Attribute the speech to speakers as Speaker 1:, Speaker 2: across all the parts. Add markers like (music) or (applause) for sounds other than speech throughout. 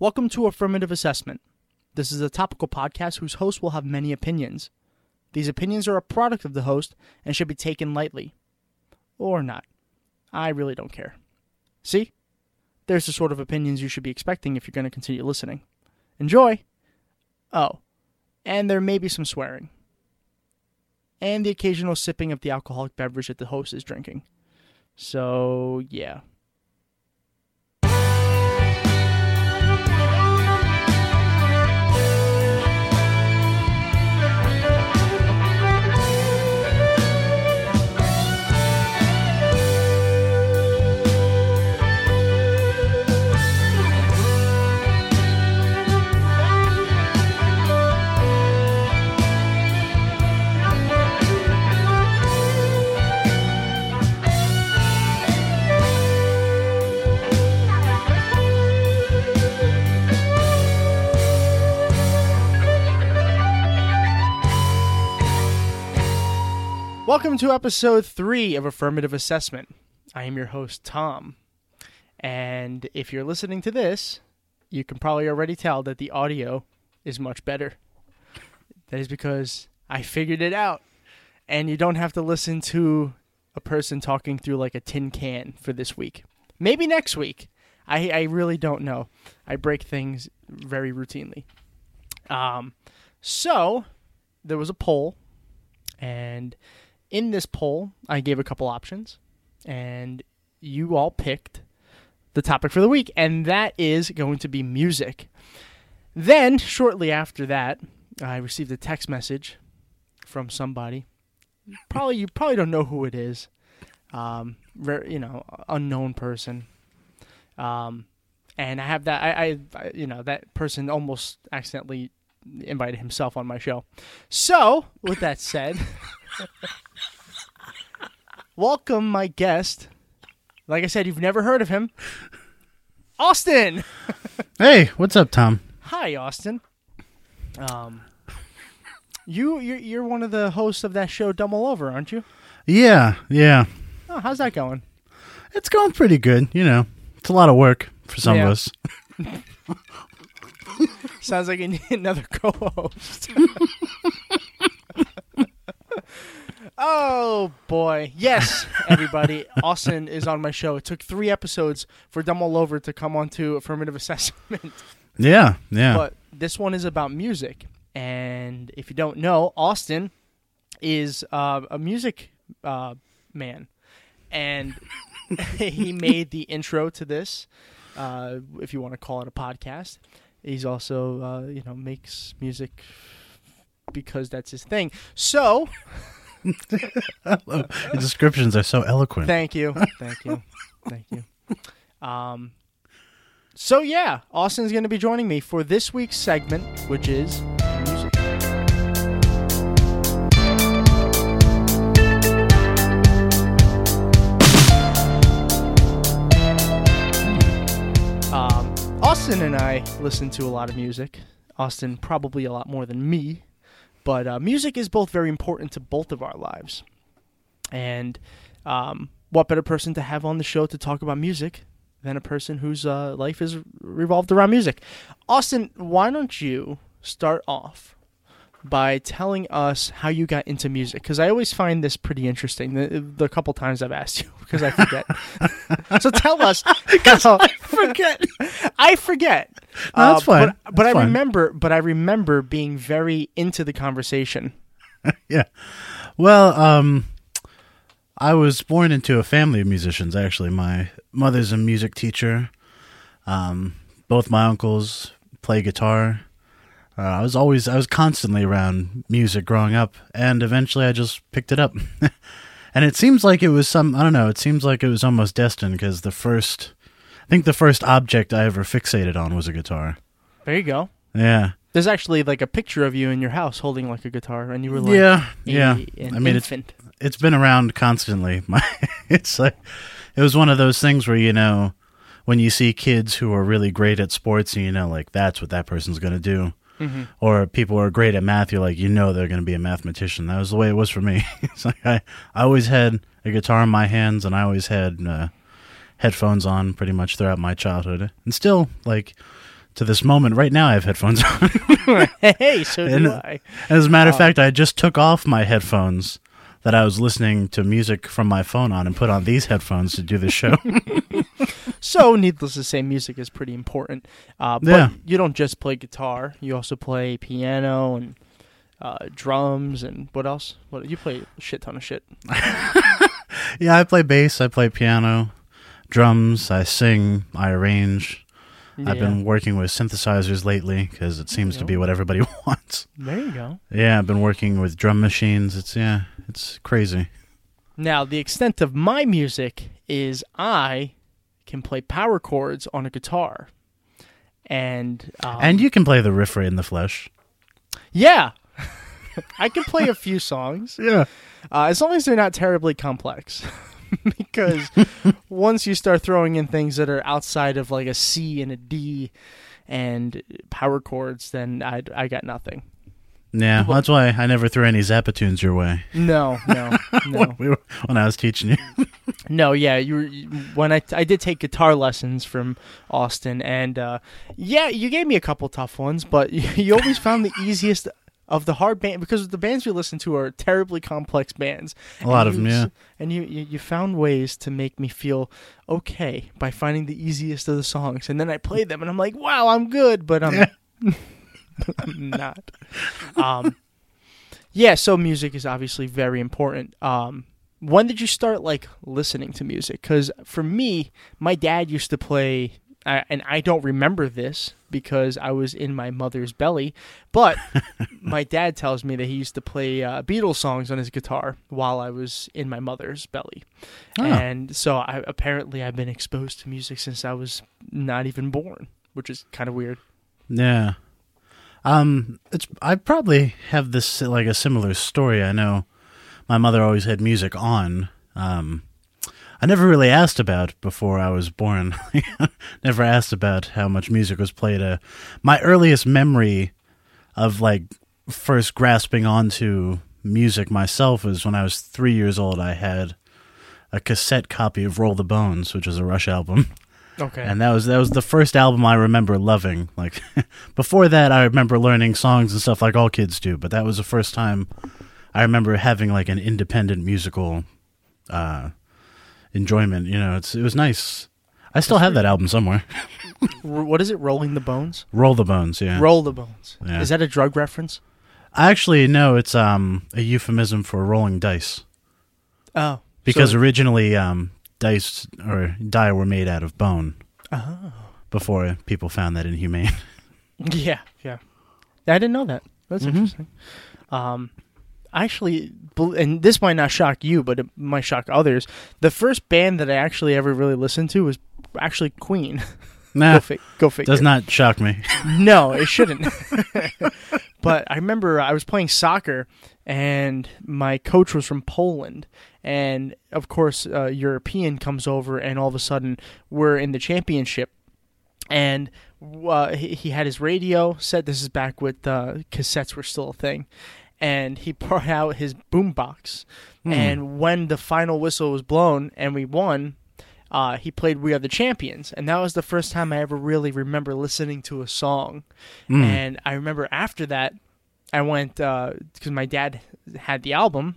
Speaker 1: Welcome to Affirmative Assessment. This is a topical podcast whose host will have many opinions. These opinions are a product of the host and should be taken lightly. Or not. I really don't care. See? There's the sort of opinions you should be expecting if you're going to continue listening. Enjoy! Oh, and there may be some swearing. And the occasional sipping of the alcoholic beverage that the host is drinking. So, yeah. Welcome to episode three of Affirmative Assessment. I am your host, Tom. And if you're listening to this, you can probably already tell that the audio is much better. That is because I figured it out. And you don't have to listen to a person talking through like a tin can for this week. Maybe next week. I, I really don't know. I break things very routinely. Um, so, there was a poll and in this poll, I gave a couple options, and you all picked the topic for the week, and that is going to be music. Then, shortly after that, I received a text message from somebody. Probably you probably don't know who it is. Um, rare- you know, unknown person. Um, and I have that. I, I, I, you know, that person almost accidentally invited himself on my show. So, with that said, welcome my guest. Like I said, you've never heard of him, Austin.
Speaker 2: Hey, what's up, Tom?
Speaker 1: Hi, Austin. Um, you you're, you're one of the hosts of that show, Dumb All Over, aren't you?
Speaker 2: Yeah, yeah.
Speaker 1: Oh, how's that going?
Speaker 2: It's going pretty good, you know. It's a lot of work for some
Speaker 1: Yeah.
Speaker 2: of us.
Speaker 1: Sounds like you need (laughs) another co-host. (laughs) oh boy, yes, everybody. Austin is on my show. It took three episodes for Dumb All Over to come onto affirmative assessment,
Speaker 2: Yeah, yeah.
Speaker 1: but this one is about music. And if you don't know, Austin is uh, a music uh, man, and (laughs) he made the intro to this, uh, if you want to call it a podcast. He's also, uh, you know, makes music because that's his thing. So,
Speaker 2: the descriptions are so eloquent.
Speaker 1: thank you, thank you, thank you. Um, so yeah, Austin's going to be joining me for this week's segment, which is music. Um, Austin and I listen to a lot of music. Austin probably a lot more than me, but uh, music is both very important to both of our lives. And um, what better person to have on the show to talk about music than a person whose uh, life is revolved around music? Austin, why don't you start off by telling us how you got into music? Because I always find this pretty interesting. The, the couple times I've asked you, because I
Speaker 2: (laughs)
Speaker 1: forget. so tell us. I forget. (laughs) I forget. Uh,
Speaker 2: No, that's fine.
Speaker 1: But, but
Speaker 2: That's
Speaker 1: I
Speaker 2: fine.
Speaker 1: remember. But I remember being very into the conversation.
Speaker 2: Yeah. Well, um I was born into a family of musicians actually. My mother's a music teacher. Um both my uncles play guitar. Uh, I was always I was constantly around music growing up and eventually I just picked it up. (laughs) and it seems like it was some I don't know, it seems like it was almost destined cuz the first think the first object I ever fixated on was a guitar.
Speaker 1: There you go.
Speaker 2: Yeah.
Speaker 1: There's actually like a picture of you in your house holding like a guitar, and you were like,
Speaker 2: yeah.
Speaker 1: a-
Speaker 2: yeah.
Speaker 1: an
Speaker 2: I mean, it's
Speaker 1: infant. (laughs)
Speaker 2: it's been around constantly. (laughs) My, it's like it was one of those things where you know when you see kids who are really great at sports, you know, like that's what that person's going to do. Or people who are great at math, you're like, you know, they're going to be a mathematician. That was the way it was for me. (laughs) it's like I, I always had a guitar in my hands, and I always had uh, headphones on pretty much throughout my childhood, and still like to this moment right now, I have headphones on.
Speaker 1: hey, so do
Speaker 2: And-
Speaker 1: I.
Speaker 2: As a matter of fact, I just took off my headphones that I was listening to music from my phone on and put on these headphones to do the show.
Speaker 1: So, needless to say, music is pretty important. Uh, but
Speaker 2: Yeah.
Speaker 1: you don't just play guitar; you also play piano and uh, drums and what else? What you play? A shit ton of shit.
Speaker 2: yeah, I play bass, I play piano, drums, I sing, I arrange. I've been working with synthesizers lately because it seems to be what everybody (laughs) wants.
Speaker 1: There you go.
Speaker 2: Yeah, I've been working with drum machines. It's yeah, it's crazy.
Speaker 1: Now, the extent of my music is I can play power chords on a guitar, and um,
Speaker 2: and you can play the riff right in the flesh.
Speaker 1: yeah, I can play a few songs
Speaker 2: Yeah.
Speaker 1: uh, as long as they're not terribly complex. (laughs) because once you start throwing in things that are outside of like a C and a D and power chords, then I I got nothing.
Speaker 2: Yeah, well, that's why I never threw any Zappa tunes your way (laughs)
Speaker 1: No, no, no.
Speaker 2: We were- when I was teaching you.
Speaker 1: No, yeah, you were you- when I I did take guitar lessons from Austin, and uh, yeah, you gave me a couple tough ones, but (laughs) you, you always found the easiest of the hard band because the bands we listen to are terribly complex bands.
Speaker 2: A lot
Speaker 1: And
Speaker 2: of 'em,
Speaker 1: you s-
Speaker 2: yeah.
Speaker 1: And you, you you found ways to make me feel okay by finding the easiest of the songs, and then I played them, and I'm like, wow, I'm good, but I'm, (laughs) I'm not. Um, yeah, so music is obviously very important. Um, when did you start like listening to music? Because for me, my dad used to play, I, and I don't remember this because I was in my mother's belly,
Speaker 2: (laughs)
Speaker 1: but my dad tells me that he used to play uh, Beatles songs on his guitar while I was in my mother's belly,
Speaker 2: Ah.
Speaker 1: and so I apparently I've been exposed to music since I was not even born, which is kind of weird.
Speaker 2: Yeah. Um it's I probably have this like a similar story. I know my mother always had music on. Um I never really asked about before I was born. (laughs) never asked about how much music was played. Uh, my earliest memory of like first grasping onto music myself was when I was 3 years old. I had a cassette copy of Roll the Bones, which is a Rush album. (laughs)
Speaker 1: Okay,
Speaker 2: And that was that was the first album I remember loving. Like (laughs) before that, I remember learning songs and stuff like all kids do. But that was the first time I remember having like an independent musical uh, enjoyment. You know, it's it was nice. I still have that album somewhere.
Speaker 1: R- what is it? Rolling the bones.
Speaker 2: Roll the Bones. Yeah.
Speaker 1: Roll the bones.
Speaker 2: Yeah.
Speaker 1: Is that a drug reference?
Speaker 2: Actually, no, it's um a euphemism for rolling dice
Speaker 1: Oh,
Speaker 2: because
Speaker 1: so-
Speaker 2: originally um dice or die were made out of bone.
Speaker 1: Oh.
Speaker 2: Before people found that inhumane. (laughs)
Speaker 1: yeah, yeah, I didn't know that. That's interesting. Um, actually, bel- and this might not shock you, but it might shock others. The first band that I actually ever really listened to was actually Queen. (laughs)
Speaker 2: nah,
Speaker 1: go fi- go figure.
Speaker 2: does not shock me. (laughs)
Speaker 1: (laughs) No, it shouldn't. but I remember I was playing soccer, and my coach was from Poland. And of course, uh, European comes over, and all of a sudden, we're in the championship. And uh, he, he had his radio set. This is back with uh, cassettes were still a thing. And he brought out his boombox. And when the final whistle was blown and we won, uh, he played "We Are the Champions," and that was the first time I ever really remember listening to a song. And I remember after that, I went because my dad had the album.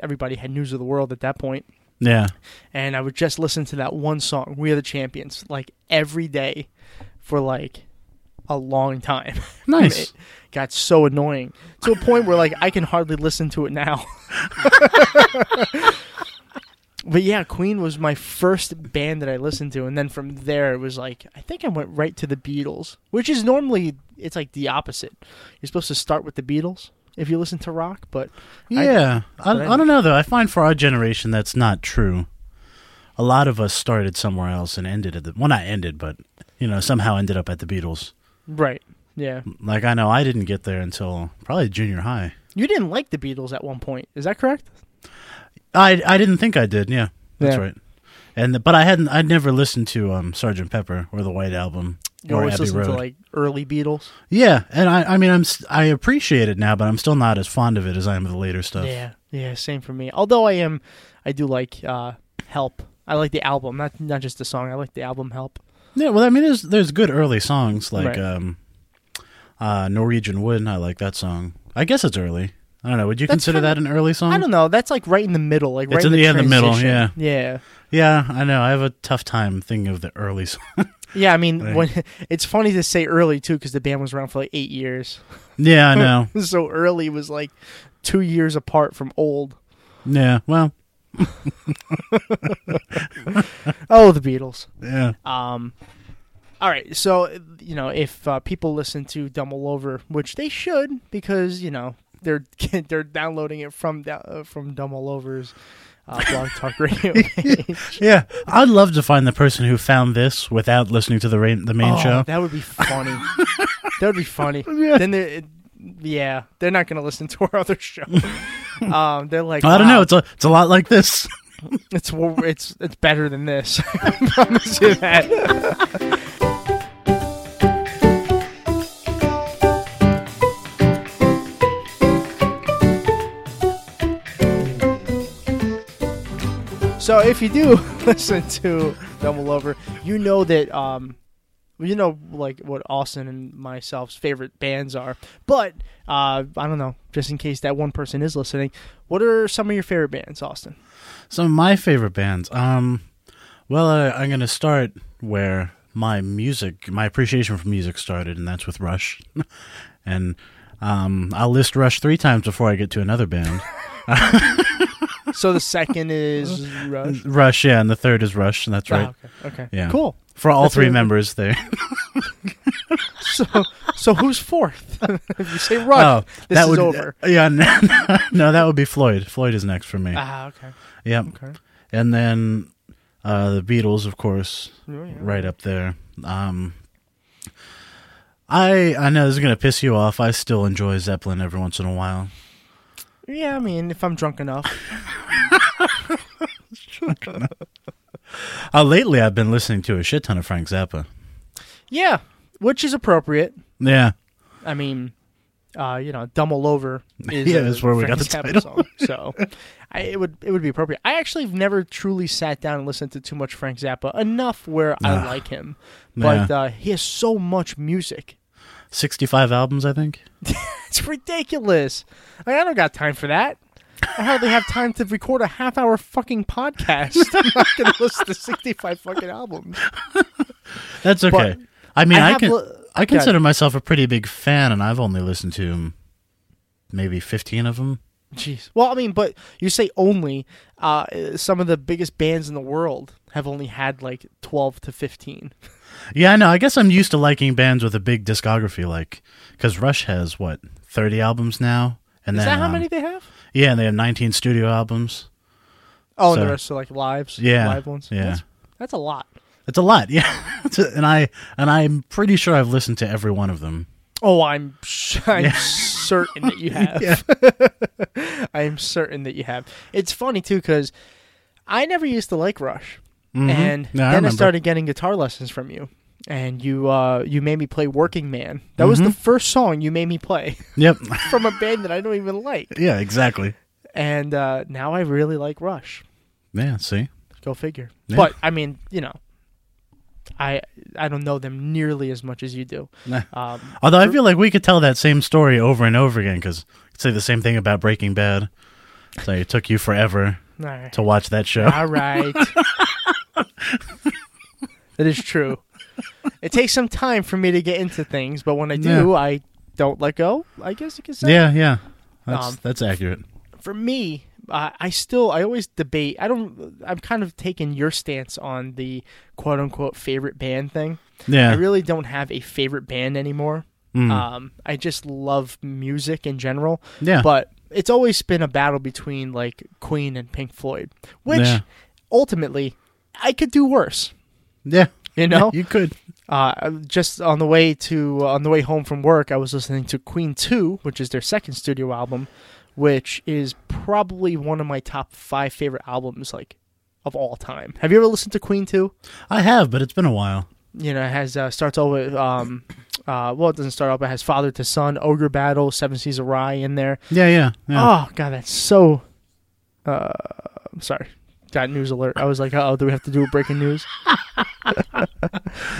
Speaker 1: Everybody had News of the World at that point,
Speaker 2: Yeah.
Speaker 1: and I would just listen to that one song, "We Are the Champions," like every day for like a long time. (laughs)
Speaker 2: Nice.
Speaker 1: it got so annoying to a point where like I can hardly listen to it now. (laughs) but yeah, Queen was my first band that I listened to, and then from there it was like I think I went right to the Beatles, which is normally it's like the opposite. You're supposed to start with the Beatles if you listen to rock, but I-
Speaker 2: Yeah, I,
Speaker 1: but I-
Speaker 2: I, don't know though. I find for our generation that's not true. a lot of us started somewhere else and ended at the well, not ended, but you know, somehow ended up at the Beatles.
Speaker 1: Right. Yeah.
Speaker 2: Like I know I didn't get there until probably junior high.
Speaker 1: You didn't like the Beatles at one point. Is that correct?
Speaker 2: I I didn't think I did. Yeah, that's
Speaker 1: Yeah.
Speaker 2: right. And but I hadn't. I'd never listened to um Sergeant Pepper or the White Album
Speaker 1: You
Speaker 2: or
Speaker 1: always
Speaker 2: Oh, Abbey
Speaker 1: listen
Speaker 2: Road.
Speaker 1: to like early Beatles.
Speaker 2: yeah, and I I mean I'm s- I appreciate it now, but I'm still not as fond of it as I am of the later stuff.
Speaker 1: Yeah. Yeah. Same for me. Although I am, I do like uh, Help. I like the album, not not just the song. I like the album Help.
Speaker 2: Yeah, well, I mean, there's there's good early songs like
Speaker 1: Right.
Speaker 2: um, uh, Norwegian Wood. I like that song. I guess it's early. I don't know. Would you
Speaker 1: That's
Speaker 2: consider
Speaker 1: kinda-
Speaker 2: that an early song?
Speaker 1: I don't know. That's like right in the middle. Like
Speaker 2: Um, It's
Speaker 1: right
Speaker 2: in the-
Speaker 1: the,
Speaker 2: yeah, the middle,
Speaker 1: transition. Yeah.
Speaker 2: Yeah, I know. I have a tough time thinking of the early (laughs) songs.
Speaker 1: Yeah, I mean,
Speaker 2: Right.
Speaker 1: when (laughs) it's funny to say early too, because the band was around for like eight years. (laughs)
Speaker 2: yeah, I know.
Speaker 1: so early was like two years apart from old.
Speaker 2: yeah, well,
Speaker 1: Oh, the Beatles.
Speaker 2: yeah.
Speaker 1: Um, all right, so you know, if uh, people listen to Dumb All Over, which they should, because you know they're (laughs) they're downloading it from da- uh, from Dumb All Over's uh, blog talk radio.
Speaker 2: (laughs) Yeah, I'd love to find the person who found this without listening to the rain, the main
Speaker 1: Oh,
Speaker 2: show.
Speaker 1: That would be funny. that would be
Speaker 2: (laughs)
Speaker 1: funny. Then they, it, yeah, they're not gonna listen to our other
Speaker 2: (laughs)
Speaker 1: show. um, they're like,
Speaker 2: I don't
Speaker 1: wow,
Speaker 2: know. It's a it's a lot like this.
Speaker 1: It's wo- it's it's better than this. (laughs) I promise you that. So if you do (laughs) listen to Double Over, you know that um, you know like what Austin and myself's favorite bands are. But uh, I don't know. Just in case that one person is listening, what are some of your favorite bands, Austin?
Speaker 2: Some of my favorite bands. Um, well, I, I'm going to start where my music, my appreciation for music started, and that's with Rush. (laughs) and um, I'll list Rush three times before I get to
Speaker 1: (laughs)
Speaker 2: another band.
Speaker 1: So the second
Speaker 2: (laughs)
Speaker 1: is Rush.
Speaker 2: Rush, yeah, and the third is Rush, and that's right.
Speaker 1: Wow, Ah, okay. okay.
Speaker 2: Yeah.
Speaker 1: Cool.
Speaker 2: For all
Speaker 1: That's
Speaker 2: three
Speaker 1: it.
Speaker 2: members there. (laughs)
Speaker 1: So so who's fourth? (laughs) if you say Rush, this
Speaker 2: Oh, that
Speaker 1: is
Speaker 2: would,
Speaker 1: over.
Speaker 2: (laughs) Yeah, no, no, that would be Floyd. Floyd is next for me.
Speaker 1: Ah, okay.
Speaker 2: Yep.
Speaker 1: Okay.
Speaker 2: And then uh, the Beatles, of course,
Speaker 1: Oh, yeah.
Speaker 2: right up there. Um, I I know this is gonna piss you off. I still enjoy Zeppelin every once in a while.
Speaker 1: Yeah, I mean, if I'm drunk enough.
Speaker 2: Uh, lately, I've been listening to a shit ton of Frank Zappa.
Speaker 1: Yeah, which is appropriate.
Speaker 2: Yeah,
Speaker 1: I mean, uh, you know, "Dumb All
Speaker 2: (laughs)
Speaker 1: Over" is
Speaker 2: Yeah,
Speaker 1: a
Speaker 2: that's where we got
Speaker 1: Frank
Speaker 2: the
Speaker 1: Zappa
Speaker 2: title.
Speaker 1: Song, so I, it would it would be appropriate. I actually have never truly sat down and listened to too much Frank Zappa enough where I like him, but
Speaker 2: Yeah.
Speaker 1: uh, he has so much music.
Speaker 2: sixty-five albums, I think.
Speaker 1: It's ridiculous. Like I don't got time for that. I hardly have time to record a half hour fucking podcast. (laughs) I'm not gonna listen to sixty five fucking albums.
Speaker 2: That's okay. I mean,
Speaker 1: I
Speaker 2: I,
Speaker 1: have
Speaker 2: can
Speaker 1: li-
Speaker 2: I
Speaker 1: Okay.
Speaker 2: consider myself a pretty big fan, and I've only listened to um, maybe fifteen of them.
Speaker 1: Jeez. Well, I mean, but you say only uh, some of the biggest bands in the world have only had like twelve to fifteen.
Speaker 2: Yeah, I know. I guess I'm used to liking bands with a big discography, like because Rush has what thirty albums now, and
Speaker 1: Is
Speaker 2: then
Speaker 1: that how
Speaker 2: um,
Speaker 1: many they have?
Speaker 2: Yeah, and they have 19 studio albums.
Speaker 1: Oh, and
Speaker 2: so-
Speaker 1: the rest are like lives.
Speaker 2: Yeah,
Speaker 1: live ones.
Speaker 2: yeah.
Speaker 1: that's, that's a lot.
Speaker 2: It's a lot, (laughs) yeah. It's a- and I and I'm pretty sure I've listened to every one of them.
Speaker 1: Oh, I'm s- (laughs) I'm certain that
Speaker 2: (laughs)
Speaker 1: you have. (laughs) I am certain that you have. It's funny too because I never used to like Rush, and
Speaker 2: Mm-hmm. Yeah,
Speaker 1: then
Speaker 2: I
Speaker 1: I,
Speaker 2: remember.
Speaker 1: started getting guitar lessons from you, and you uh, you made me play "Working Man." That was
Speaker 2: Mm-hmm.
Speaker 1: the first song you made me play (laughs)
Speaker 2: Yep. (laughs)
Speaker 1: from a band that I don't even like,
Speaker 2: yeah, exactly.
Speaker 1: and uh, now I really like Rush.
Speaker 2: Yeah, see.
Speaker 1: Go figure.
Speaker 2: Yeah.
Speaker 1: But I mean, you know, I I don't know them nearly as much as you do.
Speaker 2: Nah.
Speaker 1: Um,
Speaker 2: Although I feel like we could tell that same story over and over again cuz say the same thing about Breaking Bad. So it took you forever
Speaker 1: all right.
Speaker 2: to watch that
Speaker 1: (laughs)
Speaker 2: show.
Speaker 1: All right. that is true. It takes some time for me to get into things, but when I do,
Speaker 2: Yeah.
Speaker 1: I don't let go. I guess you could say.
Speaker 2: yeah, yeah. That's
Speaker 1: Um,
Speaker 2: that's accurate.
Speaker 1: For me, uh, I still, I always debate. I don't. I'm kind of taking your stance on the quote unquote favorite band thing.
Speaker 2: Yeah.
Speaker 1: I
Speaker 2: Mm.
Speaker 1: really don't have a favorite band anymore. Um, I just love music in general.
Speaker 2: Yeah.
Speaker 1: But it's always been a battle between like Queen and Pink Floyd, which
Speaker 2: Yeah.
Speaker 1: ultimately I could do worse.
Speaker 2: Yeah.
Speaker 1: (laughs) You know?
Speaker 2: you could.
Speaker 1: Uh, just on the way to on the way home from work, I was listening to Queen Two, which is their second studio album, which is probably one of my top five favorite albums like of all time. Have you ever listened to Queen Two?
Speaker 2: I have, but it's been a while.
Speaker 1: You know, it has uh, starts out with um, uh, well, it doesn't start out, but it has Father to Son, Ogre Battle, Seven Seas of Rye in there.
Speaker 2: Yeah, yeah. yeah.
Speaker 1: Oh god, that's so. Uh, I'm sorry. Got news alert. I was like, oh, do we have to do a breaking
Speaker 2: (laughs)
Speaker 1: news? oh,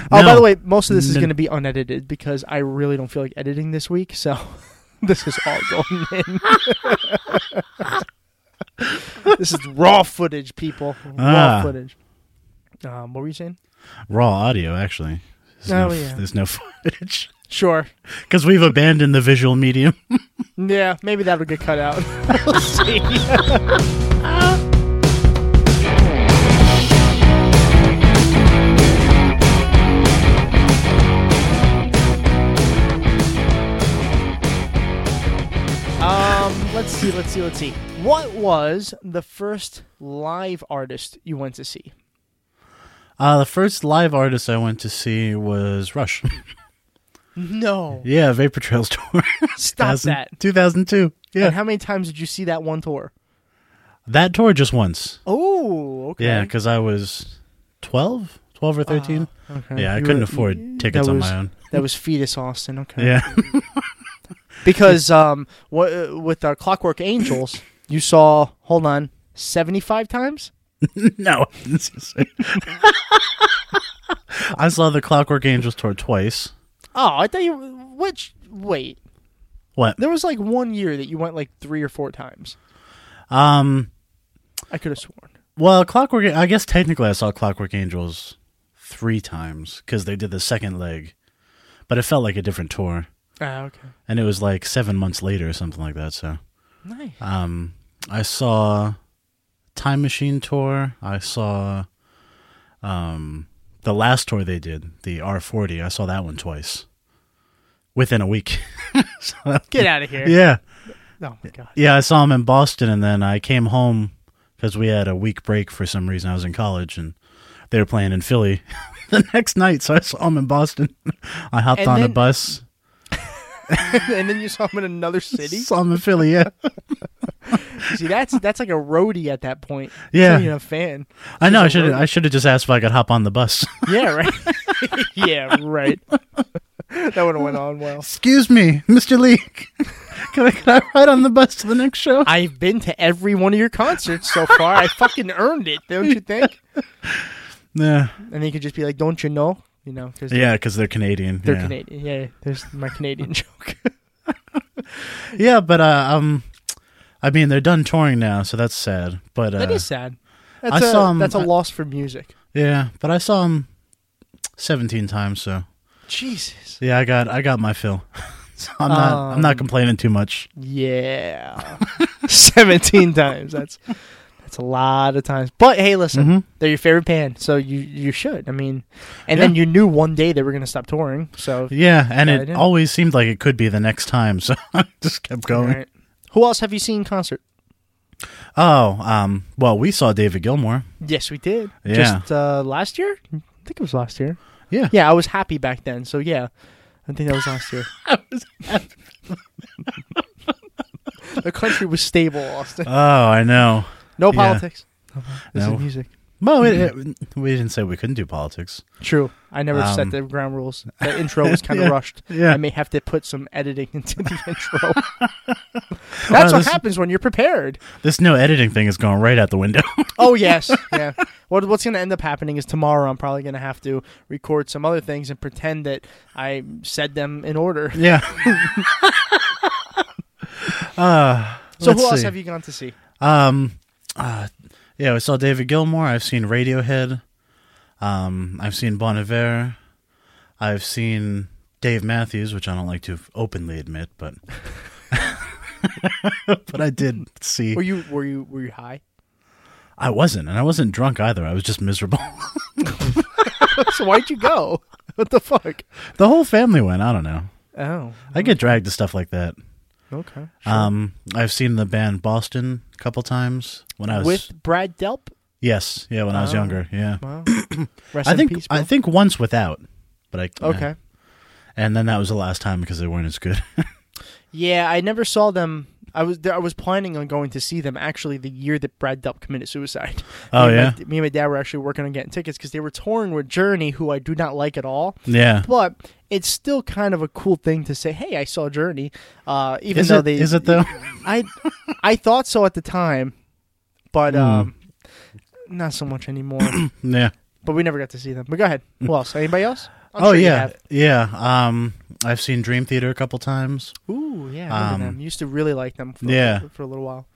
Speaker 1: by
Speaker 2: No.
Speaker 1: the way, most of this is
Speaker 2: No.
Speaker 1: going to be unedited because I really don't feel like editing this week. So (laughs) this is all going in. (laughs) this is raw footage, people. Raw
Speaker 2: Ah.
Speaker 1: footage. Um, what were you saying?
Speaker 2: Raw audio, actually. There's
Speaker 1: Oh,
Speaker 2: no,
Speaker 1: yeah.
Speaker 2: There's no (laughs) footage.
Speaker 1: Sure.
Speaker 2: Because we've abandoned the visual medium.
Speaker 1: Yeah, maybe that'll get cut (laughs) out. Um, Let's see. um, let's see, let's see, let's see. What was the first live artist you went to see?
Speaker 2: (laughs) Uh, the first live artist I went to see was Rush. (laughs)
Speaker 1: No.
Speaker 2: yeah, Vapor Trails tour. (laughs)
Speaker 1: Stop that.
Speaker 2: 2002. Yeah.
Speaker 1: And how many times did you see that one tour?
Speaker 2: that tour just once.
Speaker 1: Oh, okay. Oh,
Speaker 2: Yeah, because I was 12, 12 or 13.
Speaker 1: Okay.
Speaker 2: yeah, I
Speaker 1: You
Speaker 2: couldn't
Speaker 1: were-
Speaker 2: afford tickets
Speaker 1: that
Speaker 2: on
Speaker 1: was-
Speaker 2: my own.
Speaker 1: That was Fetus Austin. Okay.
Speaker 2: Yeah. (laughs)
Speaker 1: because um, wha- with our Clockwork Angels, you saw hold on seventy five times.
Speaker 2: no. This is- (laughs) I saw the Clockwork Angels tour twice.
Speaker 1: Oh, I thought you. Which wait,
Speaker 2: What?
Speaker 1: there was like one year that you went like three or four times.
Speaker 2: Um.
Speaker 1: I could have sworn.
Speaker 2: Well, Clockwork. I guess technically, I saw Clockwork Angels three times because they did the second leg, but it felt like a different tour,
Speaker 1: Ah, okay.
Speaker 2: and it was like seven months later or something like that. So,
Speaker 1: Nice.
Speaker 2: um, I saw Time Machine tour. I saw, um, the last tour they did, the R forty. I saw that one twice within a week. (laughs) So that-
Speaker 1: Get out of here.
Speaker 2: yeah.
Speaker 1: Oh my god.
Speaker 2: Yeah, I saw him in Boston, and then I came home because we had a week break for some reason. I was in college, and they were playing in Philly (laughs) the next night, so I saw him in Boston. I hopped
Speaker 1: And
Speaker 2: on a
Speaker 1: then-
Speaker 2: bus,
Speaker 1: (laughs) and then you saw him in (laughs) another city.
Speaker 2: saw him in Philly. (laughs) Yeah,
Speaker 1: See, that's that's like a roadie at that point.
Speaker 2: Yeah.
Speaker 1: you a fan.
Speaker 2: I know. I
Speaker 1: She's a
Speaker 2: should I should have just asked if I could hop on the bus. (laughs)
Speaker 1: Yeah, right. (laughs) yeah, right. (laughs) that would have went on well.
Speaker 2: Excuse me, Mister Lee. (laughs) Can I, can I ride on the bus to the next show?
Speaker 1: I've been to every one of your concerts so far. I fucking earned it, don't you think?
Speaker 2: Yeah,
Speaker 1: And they could just be like, "Don't you know?" You know, because
Speaker 2: yeah, because they're Canadian.
Speaker 1: they're
Speaker 2: yeah.
Speaker 1: Canadian. Yeah, there's my Canadian (laughs)
Speaker 2: (laughs)
Speaker 1: joke.
Speaker 2: Yeah, but uh, um, I mean they're done touring now, so that's sad. But uh,
Speaker 1: that is sad. That's
Speaker 2: I
Speaker 1: a-
Speaker 2: saw 'em-
Speaker 1: that's a
Speaker 2: I-
Speaker 1: loss for music.
Speaker 2: yeah, but I saw him seventeen times, so.
Speaker 1: Jesus.
Speaker 2: Yeah, I got I got my fill. (laughs) So I'm not I'm
Speaker 1: Um,
Speaker 2: not complaining too much.
Speaker 1: (laughs) Yeah. Seventeen times. That's that's a lot of times. But hey, listen, they're your favorite band, so you you should. I mean, and then
Speaker 2: Yeah.
Speaker 1: you knew one day they were gonna stop touring. So
Speaker 2: Yeah, and
Speaker 1: Yeah, I
Speaker 2: it
Speaker 1: didn't.
Speaker 2: always seemed like it could be the next time, (laughs) so I just kept going.
Speaker 1: Alright. who else have you seen in concert?
Speaker 2: Oh, um, well, we saw David Gilmour.
Speaker 1: Yes, we did.
Speaker 2: Yeah.
Speaker 1: Just uh, last year? I think it was last year.
Speaker 2: Yeah.
Speaker 1: Yeah, I was happy back then. So yeah, I think that was last
Speaker 2: (laughs)
Speaker 1: year. (laughs) the country was stable, Austin.
Speaker 2: Oh, I know.
Speaker 1: No
Speaker 2: yeah.
Speaker 1: politics. This
Speaker 2: No.
Speaker 1: is music.
Speaker 2: Well, it, it- we didn't say we couldn't do politics.
Speaker 1: True. I never set
Speaker 2: Um,
Speaker 1: the ground
Speaker 2: (laughs)
Speaker 1: rules. The intro was kind of
Speaker 2: Yeah,
Speaker 1: rushed.
Speaker 2: yeah.
Speaker 1: I may have to put some editing into
Speaker 2: (laughs)
Speaker 1: the intro. That's
Speaker 2: Wow,
Speaker 1: what
Speaker 2: this-
Speaker 1: happens when you're prepared.
Speaker 2: This no editing thing is going right out the window. (laughs)
Speaker 1: Oh yes, yeah. What what's going to end up happening is tomorrow I'm probably going to have to record some other things and pretend that I said them in order.
Speaker 2: yeah.
Speaker 1: So
Speaker 2: Let's
Speaker 1: who else
Speaker 2: see.
Speaker 1: have you gone to see?
Speaker 2: Um, uh, yeah, we saw David Gilmour. I've seen Radiohead. Um, I've seen Bon Iver. I've seen Dave Matthews, which I don't like to openly admit, but (laughs) but I did see.
Speaker 1: Were you were you were you high?
Speaker 2: I wasn't, and I wasn't drunk either. I was just miserable. (laughs)
Speaker 1: so why'd you go? (laughs) What the fuck?
Speaker 2: the whole family went. I don't know.
Speaker 1: Oh,
Speaker 2: I get dragged to stuff like that.
Speaker 1: okay.
Speaker 2: Um, I've seen the band Boston a couple times when I was
Speaker 1: With Brad Delp
Speaker 2: Yes, yeah, when I was younger, yeah.
Speaker 1: Wow. Oh. Rest
Speaker 2: I
Speaker 1: in
Speaker 2: think
Speaker 1: peace,
Speaker 2: I
Speaker 1: Bill.
Speaker 2: think once without, but I yeah.
Speaker 1: Okay.
Speaker 2: And then that was the last time because they weren't as good. (laughs)
Speaker 1: Yeah, I never saw them. I was there, I was planning on going to see them actually the year that Brad Delp committed suicide.
Speaker 2: (laughs) Oh,
Speaker 1: me and
Speaker 2: yeah?
Speaker 1: my, me and my dad were actually working on getting tickets because they were touring with Journey, who I do not like at all.
Speaker 2: yeah.
Speaker 1: But it's still kind of a cool thing to say. Hey, I saw Journey, uh, even
Speaker 2: Is
Speaker 1: though
Speaker 2: it,
Speaker 1: they
Speaker 2: is
Speaker 1: (laughs)
Speaker 2: it though? (laughs)
Speaker 1: I I thought so at the time, but
Speaker 2: Hmm.
Speaker 1: um, not so much anymore.
Speaker 2: yeah.
Speaker 1: but we never got to see them. But go ahead. Who else? Anybody (laughs) else? I'm
Speaker 2: oh
Speaker 1: sure you
Speaker 2: yeah,
Speaker 1: have.
Speaker 2: yeah. Um, I've seen Dream Theater a couple times.
Speaker 1: Ooh yeah. I remember
Speaker 2: Um,
Speaker 1: them. Used to really like them. For,
Speaker 2: yeah.
Speaker 1: For, a little while.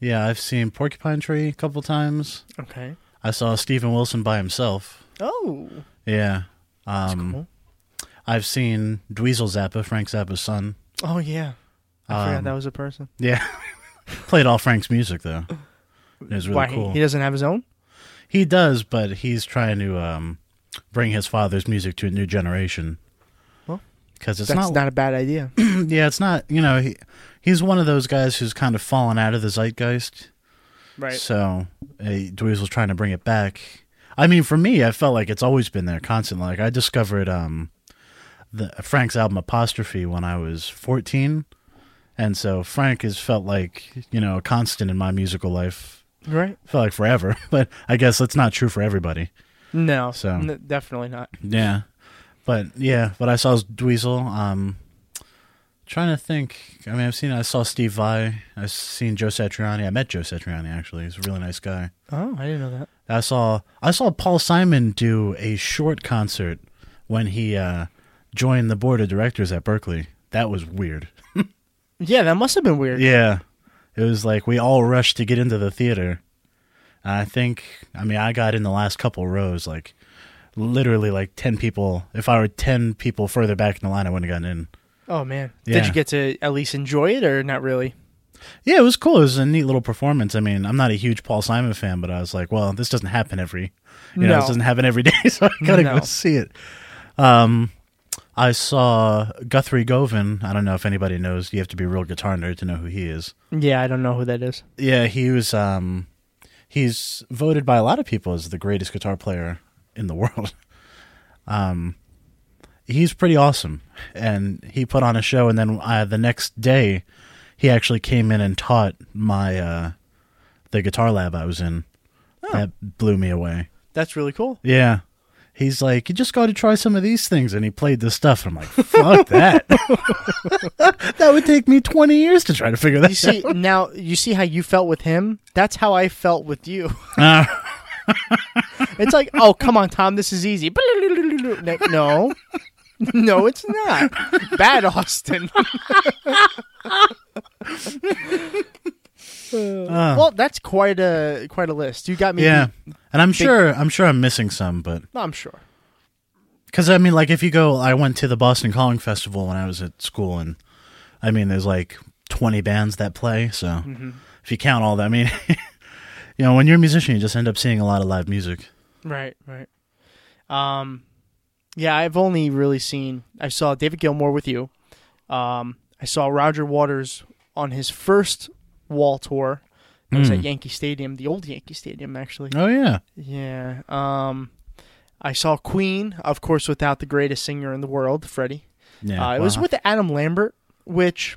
Speaker 2: Yeah, I've seen Porcupine Tree a couple times.
Speaker 1: Okay.
Speaker 2: I saw Stephen Wilson by himself.
Speaker 1: Oh.
Speaker 2: Yeah. Um,
Speaker 1: cool.
Speaker 2: I've seen Dweezil Zappa, Frank Zappa's son.
Speaker 1: Oh yeah. I
Speaker 2: Um,
Speaker 1: forgot that was a person.
Speaker 2: Yeah. (laughs) Played all Frank's music though. It was really
Speaker 1: Why he-
Speaker 2: cool.
Speaker 1: he doesn't have his own?
Speaker 2: He does, but he's trying to um, bring his father's music to a new generation.
Speaker 1: Well,
Speaker 2: because it's
Speaker 1: That's
Speaker 2: not,
Speaker 1: not, a bad
Speaker 2: (coughs)
Speaker 1: idea.
Speaker 2: yeah, it's not. You know, he he's one of those guys who's kind of fallen out of the zeitgeist.
Speaker 1: right.
Speaker 2: So uh, Dweezil's trying to bring it back. I mean, for me, I felt like it's always been there, constantly. Like I discovered um, the Frank's album Apostrophe when I was fourteen, and so Frank has felt like you know a constant in my musical life.
Speaker 1: Right.
Speaker 2: Felt like forever, (laughs) but I guess that's not true for everybody.
Speaker 1: No.
Speaker 2: So-
Speaker 1: n- definitely not.
Speaker 2: Yeah, but yeah, what I saw was Dweezil. Um, trying to think. I mean, I've seen. I saw Steve Vai. I've seen Joe Satriani. I met Joe Satriani actually. He's a really nice guy.
Speaker 1: Oh, I didn't know that.
Speaker 2: I saw. I saw Paul Simon do a short concert when he uh, joined the board of directors at Berkeley. That was weird.
Speaker 1: Yeah, that must have been weird.
Speaker 2: Yeah, it was like we all rushed to get into the theater. And I think. I mean, I got in the last couple rows. Like literally, like ten people. If I were ten people further back in the line, I wouldn't have gotten in.
Speaker 1: Oh man. Did
Speaker 2: Yeah.
Speaker 1: you get to at least enjoy it or not really?
Speaker 2: Yeah, it was cool. It was a neat little performance. I mean, I'm not a huge Paul Simon fan, but I was like, well, this doesn't happen every, you know,
Speaker 1: No.
Speaker 2: this doesn't happen every (laughs) day, so I gotta
Speaker 1: No.
Speaker 2: go see it. Um, I saw Guthrie Govan. I don't know if anybody knows. You have to be a real guitar nerd to know who he is.
Speaker 1: Yeah, I don't know who that is.
Speaker 2: Yeah, he was. Um, he's voted by a lot of people as the greatest guitar player in the (laughs) world. Um, he's pretty awesome, and he put on a show. And then uh, the next day, he actually came in and taught my uh, the guitar lab I was in.
Speaker 1: Oh.
Speaker 2: That blew me away.
Speaker 1: That's really cool.
Speaker 2: Yeah. He's like, you just got to try some of these things. And he played this stuff. I'm like,
Speaker 1: (laughs)
Speaker 2: fuck that. (laughs) that would take me 20 years to try to figure
Speaker 1: You
Speaker 2: that
Speaker 1: see now you see how you felt with him? That's how I felt with you. (laughs)
Speaker 2: out.
Speaker 1: It's like, oh come on, Tom, this is easy. (laughs) Like, No. No, it's not. Bad Austin. (laughs) well, that's quite a quite a list. You got me.
Speaker 2: Yeah, and I'm sure I'm sure I'm missing some, but
Speaker 1: No, I'm sure.
Speaker 2: because I mean, like if you go, I went to the Boston Calling Festival when I was at school, and I mean, there's like 20 bands that play, so
Speaker 1: Mm-hmm.
Speaker 2: if you count all that, I mean, (laughs) you know, when you're a musician, you just end up seeing a lot of live music.
Speaker 1: Right, right. Um, yeah, I've only really seen. I saw David Gilmour with you. Um, I saw Roger Waters on his first wall tour. It was at
Speaker 2: Hmm.
Speaker 1: Yankee Stadium, the old Yankee Stadium, actually.
Speaker 2: Oh yeah,
Speaker 1: Yeah. Um, I saw Queen, of course, without the greatest singer in the world, Freddie.
Speaker 2: yeah.
Speaker 1: uh, It was
Speaker 2: wow.
Speaker 1: with Adam Lambert, which,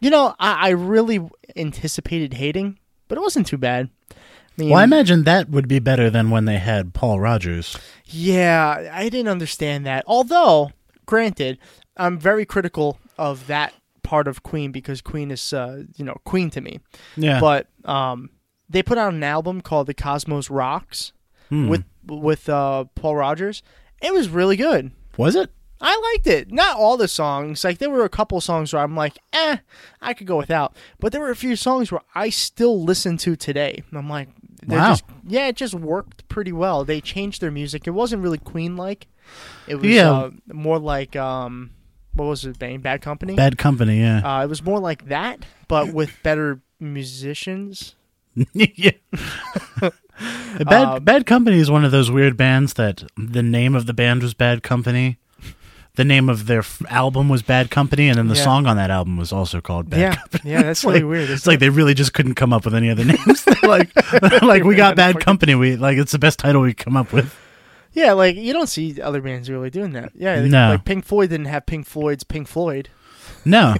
Speaker 1: you know, I, I really anticipated hating, but it wasn't too bad. I mean,
Speaker 2: Well, I imagine that would be better than when they had Paul Rogers.
Speaker 1: Yeah, I didn't understand that. Although, granted, I'm very critical of that part of Queen because Queen is, uh, you know, Queen to me.
Speaker 2: Yeah,
Speaker 1: But um, they put out an album called The Cosmos Rocks with with uh, Paul Rogers. It was really good.
Speaker 2: was it?
Speaker 1: I liked it. Not all the songs. Like there were a couple songs where I'm like, eh, I could go without. But there were a few songs where I still listen to today. And I'm like, they're
Speaker 2: Wow.
Speaker 1: Just, yeah, it just worked pretty well. They changed their music. It wasn't really Queen like. It was
Speaker 2: Yeah.
Speaker 1: uh, more like um, what was it? Bang Bad Company.
Speaker 2: Bad Company. Yeah,
Speaker 1: Uh, it was more like that, but with better musicians. (laughs)
Speaker 2: yeah. (laughs) Bad
Speaker 1: Um,
Speaker 2: Bad Company is one of those weird bands that the name of the band was Bad Company, the name of their f- album was Bad Company, and then the
Speaker 1: Yeah.
Speaker 2: song on that album was also called Bad
Speaker 1: Yeah,
Speaker 2: Company. (laughs)
Speaker 1: yeah, that's
Speaker 2: It's
Speaker 1: really
Speaker 2: like-
Speaker 1: weird,
Speaker 2: It's
Speaker 1: isn't
Speaker 2: like they really just couldn't come up with any other (laughs) names. They're like, they're like we got Bad Company. We like it's the best title we could come up with.
Speaker 1: Yeah, like you don't see other bands really doing that. Yeah, like,
Speaker 2: No.
Speaker 1: like Pink Floyd didn't have Pink Floyd's Pink Floyd. (laughs)
Speaker 2: No,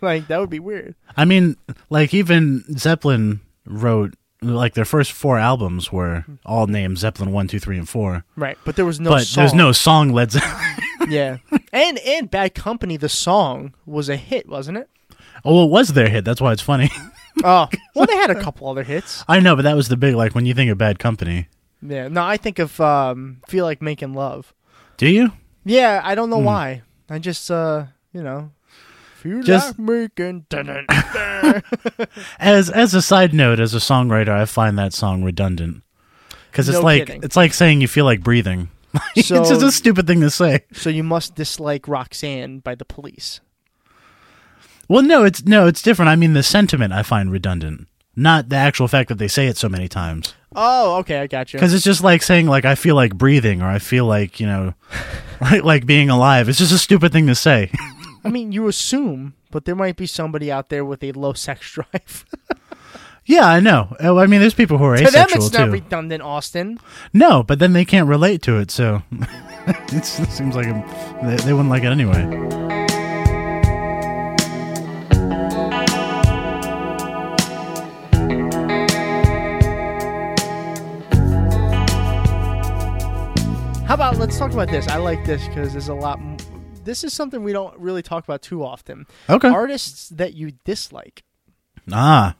Speaker 1: like that would be weird.
Speaker 2: I mean, like even Zeppelin wrote like their first four albums were all named Zeppelin one, two, three, and four.
Speaker 1: Right, but there was no
Speaker 2: but
Speaker 1: song.
Speaker 2: there's no song Led Zeppelin. (laughs)
Speaker 1: yeah. And and Bad Company the song was a hit, wasn't it?
Speaker 2: oh, well, it was their hit. That's why it's funny. (laughs)
Speaker 1: Oh, well they had a couple other hits.
Speaker 2: I know, but that was the big like when you think of Bad Company.
Speaker 1: Yeah. No, I think of um Feel Like Making Love.
Speaker 2: Do you?
Speaker 1: Yeah, I
Speaker 2: Hmm.
Speaker 1: don't know why. I just uh, you know, Feel Like
Speaker 2: Just-
Speaker 1: Making dun-dun.
Speaker 2: As as a side note, as a songwriter, I find that song redundant because it's
Speaker 1: No
Speaker 2: like
Speaker 1: kidding.
Speaker 2: it's like saying you feel like breathing. (laughs)
Speaker 1: So-
Speaker 2: it's just a stupid thing to say.
Speaker 1: (laughs) So you must dislike Roxanne by the police.
Speaker 2: Well, no, it's no, it's different. I mean, the sentiment I find redundant, not the actual fact that they say it so many times.
Speaker 1: Oh, okay, I got you.
Speaker 2: Because it's just like saying like I feel like breathing or I feel like you know, (laughs) like like being alive. It's just a stupid thing to say. (laughs)
Speaker 1: I mean, you assume, but there might be somebody out there with a low sex (laughs) drive.
Speaker 2: yeah, I know. Oh, I mean, there's people who
Speaker 1: (laughs)
Speaker 2: are
Speaker 1: to them,
Speaker 2: asexual
Speaker 1: it's not
Speaker 2: too.
Speaker 1: redundant, Austin.
Speaker 2: no, but then they can't relate to it, so (laughs) it's, it seems like a, they, they wouldn't like it anyway.
Speaker 1: How about let's talk about this? I like this because there's a lot. M- this is something we don't really talk about too often.
Speaker 2: Okay.
Speaker 1: Artists that you dislike.
Speaker 2: Ah,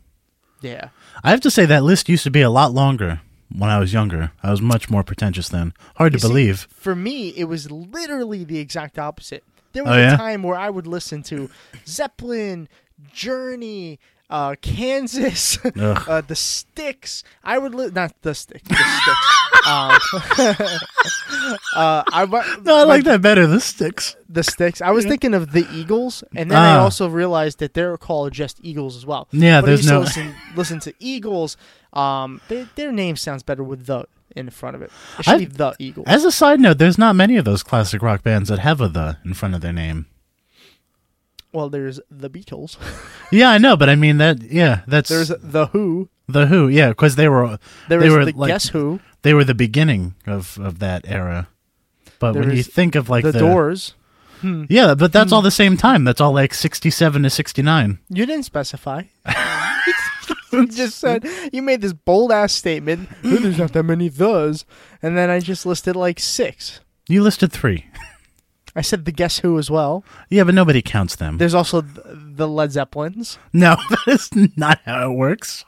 Speaker 1: Yeah.
Speaker 2: I have to say that list used to be a lot longer when I was younger. I was much more pretentious then. Hard to
Speaker 1: You see,
Speaker 2: believe.
Speaker 1: for me, it was literally the exact opposite. There was
Speaker 2: Oh,
Speaker 1: a
Speaker 2: yeah?
Speaker 1: time where I would listen to Zeppelin, Journey, uh, Kansas,
Speaker 2: Ugh.
Speaker 1: uh, the Sticks. I would li- not the Sticks. The
Speaker 2: (laughs)
Speaker 1: Sticks. um, (laughs) uh, I wa-
Speaker 2: No, I
Speaker 1: my-
Speaker 2: like that better. This sticks.
Speaker 1: the Sticks. I was thinking of the Eagles, and then I
Speaker 2: Ah.
Speaker 1: also realized that they're called just Eagles as well.
Speaker 2: Yeah,
Speaker 1: But I
Speaker 2: there's
Speaker 1: used to
Speaker 2: no-
Speaker 1: listen, listen to Eagles. Um, they, their name sounds better with the in front of it. It should
Speaker 2: I-
Speaker 1: be the Eagles.
Speaker 2: As a side note, there's not many of those classic rock bands that have a the in front of their name.
Speaker 1: Well, there's the
Speaker 2: (laughs)
Speaker 1: Beatles.
Speaker 2: Yeah, I know, but I mean that. Yeah, that's
Speaker 1: There's the Who.
Speaker 2: the Who. Yeah, because they were
Speaker 1: There
Speaker 2: they
Speaker 1: is
Speaker 2: were
Speaker 1: the
Speaker 2: like
Speaker 1: Guess Who.
Speaker 2: they were the beginning of of that era. But when
Speaker 1: There
Speaker 2: you
Speaker 1: is
Speaker 2: think of like
Speaker 1: the,
Speaker 2: the,
Speaker 1: Doors.
Speaker 2: yeah, but
Speaker 1: Hmm.
Speaker 2: that's all the same time. That's all like sixty-seven to sixty-nine.
Speaker 1: You didn't
Speaker 2: (laughs)
Speaker 1: specify. you (laughs) just said you made this bold ass
Speaker 2: (clears throat)
Speaker 1: statement. "Oh, There's not that many those, and then I just listed like six.
Speaker 2: You listed three.
Speaker 1: I said the Guess Who as well.
Speaker 2: Yeah, but nobody counts them.
Speaker 1: There's also th- the Led Zeppelins.
Speaker 2: no, (laughs) that is not how it works.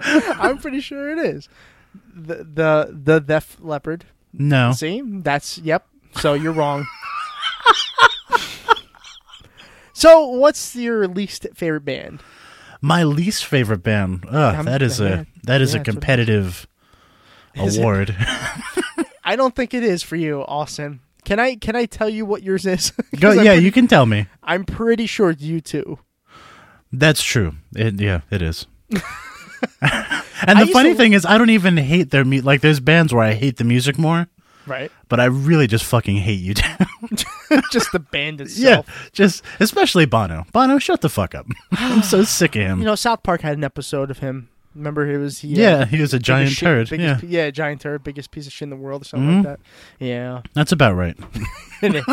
Speaker 1: I'm pretty sure it is. The the the Def Leopard.
Speaker 2: No.
Speaker 1: See, that's yep. So you're wrong. so what's your least favorite band?
Speaker 2: My least favorite band. Ugh,
Speaker 1: Um,
Speaker 2: that is a
Speaker 1: yeah,
Speaker 2: that is
Speaker 1: yeah,
Speaker 2: a
Speaker 1: it's what-
Speaker 2: competitive
Speaker 1: (laughs) Is it? (laughs)
Speaker 2: award.
Speaker 1: I don't think it is for you, Austin. Can I can I tell you what yours is? (laughs) 'Cause
Speaker 2: Go,
Speaker 1: I'm
Speaker 2: yeah,
Speaker 1: pretty,
Speaker 2: you can tell me.
Speaker 1: I'm pretty sure you too.
Speaker 2: That's true. It, yeah,
Speaker 1: (laughs)
Speaker 2: it is. and
Speaker 1: I
Speaker 2: the
Speaker 1: used
Speaker 2: funny
Speaker 1: to-
Speaker 2: thing is, I don't even hate their mu Like, there's bands where I hate the music more,
Speaker 1: Right.
Speaker 2: but I really just fucking hate you. (laughs) down.
Speaker 1: Just the band
Speaker 2: (laughs) yeah,
Speaker 1: itself.
Speaker 2: just especially Bono. Bono, shut the fuck up. (laughs) I'm so sick of him.
Speaker 1: You know, South Park had an episode of him. Remember, it was he. uh,
Speaker 2: yeah, he was a giant
Speaker 1: biggest shit-
Speaker 2: turd. Yeah, Mm-hmm.
Speaker 1: biggest- yeah, giant turd, biggest piece of shit in the world, or something like that. Yeah,
Speaker 2: that's about right.
Speaker 1: (laughs) it
Speaker 2: (laughs)
Speaker 1: is.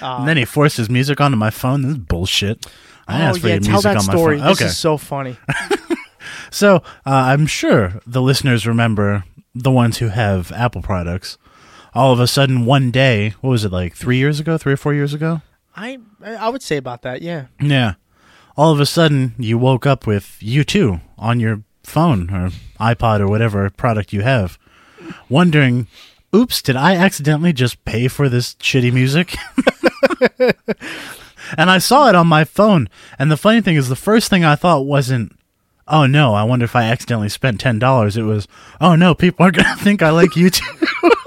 Speaker 2: and then he forced his music onto my phone. This is bullshit. I
Speaker 1: oh
Speaker 2: asked for
Speaker 1: yeah,
Speaker 2: your
Speaker 1: tell
Speaker 2: music
Speaker 1: that
Speaker 2: on my
Speaker 1: story.
Speaker 2: phone.
Speaker 1: This
Speaker 2: okay,
Speaker 1: is so funny.
Speaker 2: (laughs) So uh, I'm sure the listeners remember the ones who have Apple products. All of a sudden, one day, what was it like three years ago, three or four years ago?
Speaker 1: I I would say about that. Yeah,
Speaker 2: Yeah. All of a sudden, you woke up with U2 on your phone or iPod or whatever product you have, wondering, oops, did I accidentally just pay for this shitty music? (laughs) and I saw it on my phone. And the funny thing is, the first thing I thought wasn't, oh no, I wonder if I accidentally spent $10. It was, oh no, people are (laughs) going to think I like U2 (laughs)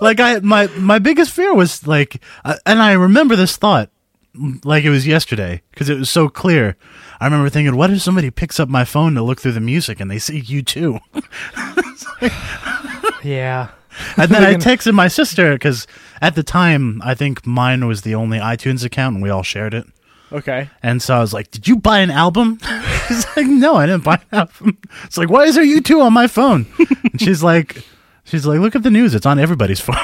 Speaker 2: like I my my biggest fear was like, uh, and I remember this thought m- like it was yesterday because it was so clear. I remember thinking, what if somebody picks up my phone to look through the music and they see you too?
Speaker 1: yeah.
Speaker 2: (laughs) And
Speaker 1: (laughs)
Speaker 2: then I
Speaker 1: Fucking-
Speaker 2: texted my sister because at the time I think mine was the only iTunes account and we all shared it. (laughs)
Speaker 1: Okay.
Speaker 2: And so I was like, "Did you buy an album?" (laughs) She's like, "No, I didn't buy an (laughs) album." It's like, "Why is there you two on my phone?"
Speaker 1: (laughs)
Speaker 2: And she's like, "She's like, look at the news. It's on everybody's (laughs) phone."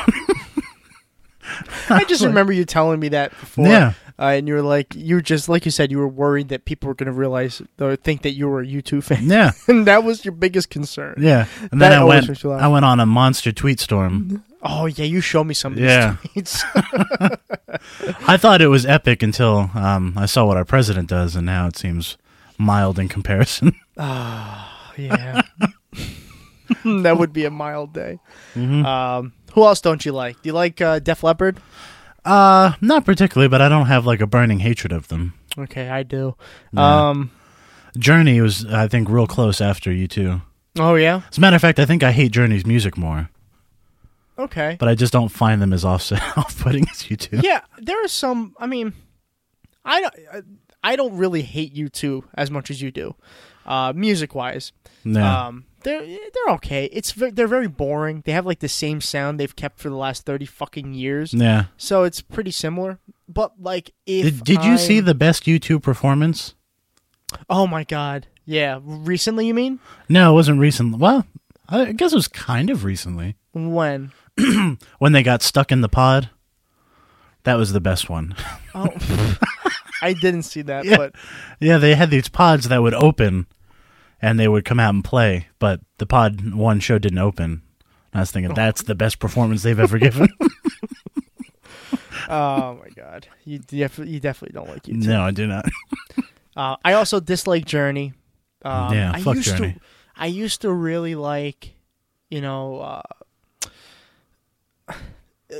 Speaker 1: I just remember you telling me that before.
Speaker 2: Yeah.
Speaker 1: Uh, and you were like, you were just, like you said, you were worried that people were going to realize or think that you were a U2 fan.
Speaker 2: yeah,
Speaker 1: (laughs) and that was your biggest concern.
Speaker 2: yeah. And
Speaker 1: That
Speaker 2: then I
Speaker 1: always makes
Speaker 2: went,
Speaker 1: me laugh.
Speaker 2: I went on a monster tweet storm.
Speaker 1: Oh, yeah, you showed me some of these
Speaker 2: Yeah. (laughs)
Speaker 1: tweets. (laughs)
Speaker 2: I thought it was epic until um, I saw what our president does, and now it seems mild in comparison. (laughs)
Speaker 1: yeah. that would be a mild day.
Speaker 2: Mm-hmm.
Speaker 1: Um, who else don't you like? Do you like uh, Def Leppard?
Speaker 2: uh, not particularly, but I don't have like a burning hatred of them.
Speaker 1: Okay, I do. Um,
Speaker 2: Journey was, I think, real close after you two.
Speaker 1: oh, yeah?
Speaker 2: As a matter of fact, I think I hate Journey's music more,
Speaker 1: Okay.
Speaker 2: but I just don't find them as offset (laughs) off-putting as you two.
Speaker 1: yeah, there are some. I mean, I don't. I don't really hate you two as much as you do, uh, music wise.
Speaker 2: No.
Speaker 1: Um, they're they're okay. It's ve- they're very boring. They have like the same sound they've kept for the last thirty fucking years.
Speaker 2: yeah.
Speaker 1: So it's pretty similar. But like, if
Speaker 2: Did, did you see
Speaker 1: I'm-
Speaker 2: the best U two performance?
Speaker 1: Oh my god! Yeah, recently you mean
Speaker 2: No, it wasn't recently. Well, I guess it was kind of recently
Speaker 1: when?
Speaker 2: when they got stuck in the pod. That was the best one.
Speaker 1: Oh, I didn't see that.
Speaker 2: Yeah.
Speaker 1: But
Speaker 2: yeah, they had these pods that would open, and they would come out and play. But the pod one show didn't open. And I was thinking that's the best performance they've
Speaker 1: (laughs)
Speaker 2: ever given. (laughs)
Speaker 1: oh my god, you def- you definitely don't like you two.
Speaker 2: no, I
Speaker 1: (laughs)
Speaker 2: do not.
Speaker 1: Uh, I also dislike Journey. Um,
Speaker 2: Yeah,
Speaker 1: I
Speaker 2: fuck
Speaker 1: used
Speaker 2: Journey.
Speaker 1: To, I used to really like, you know, uh,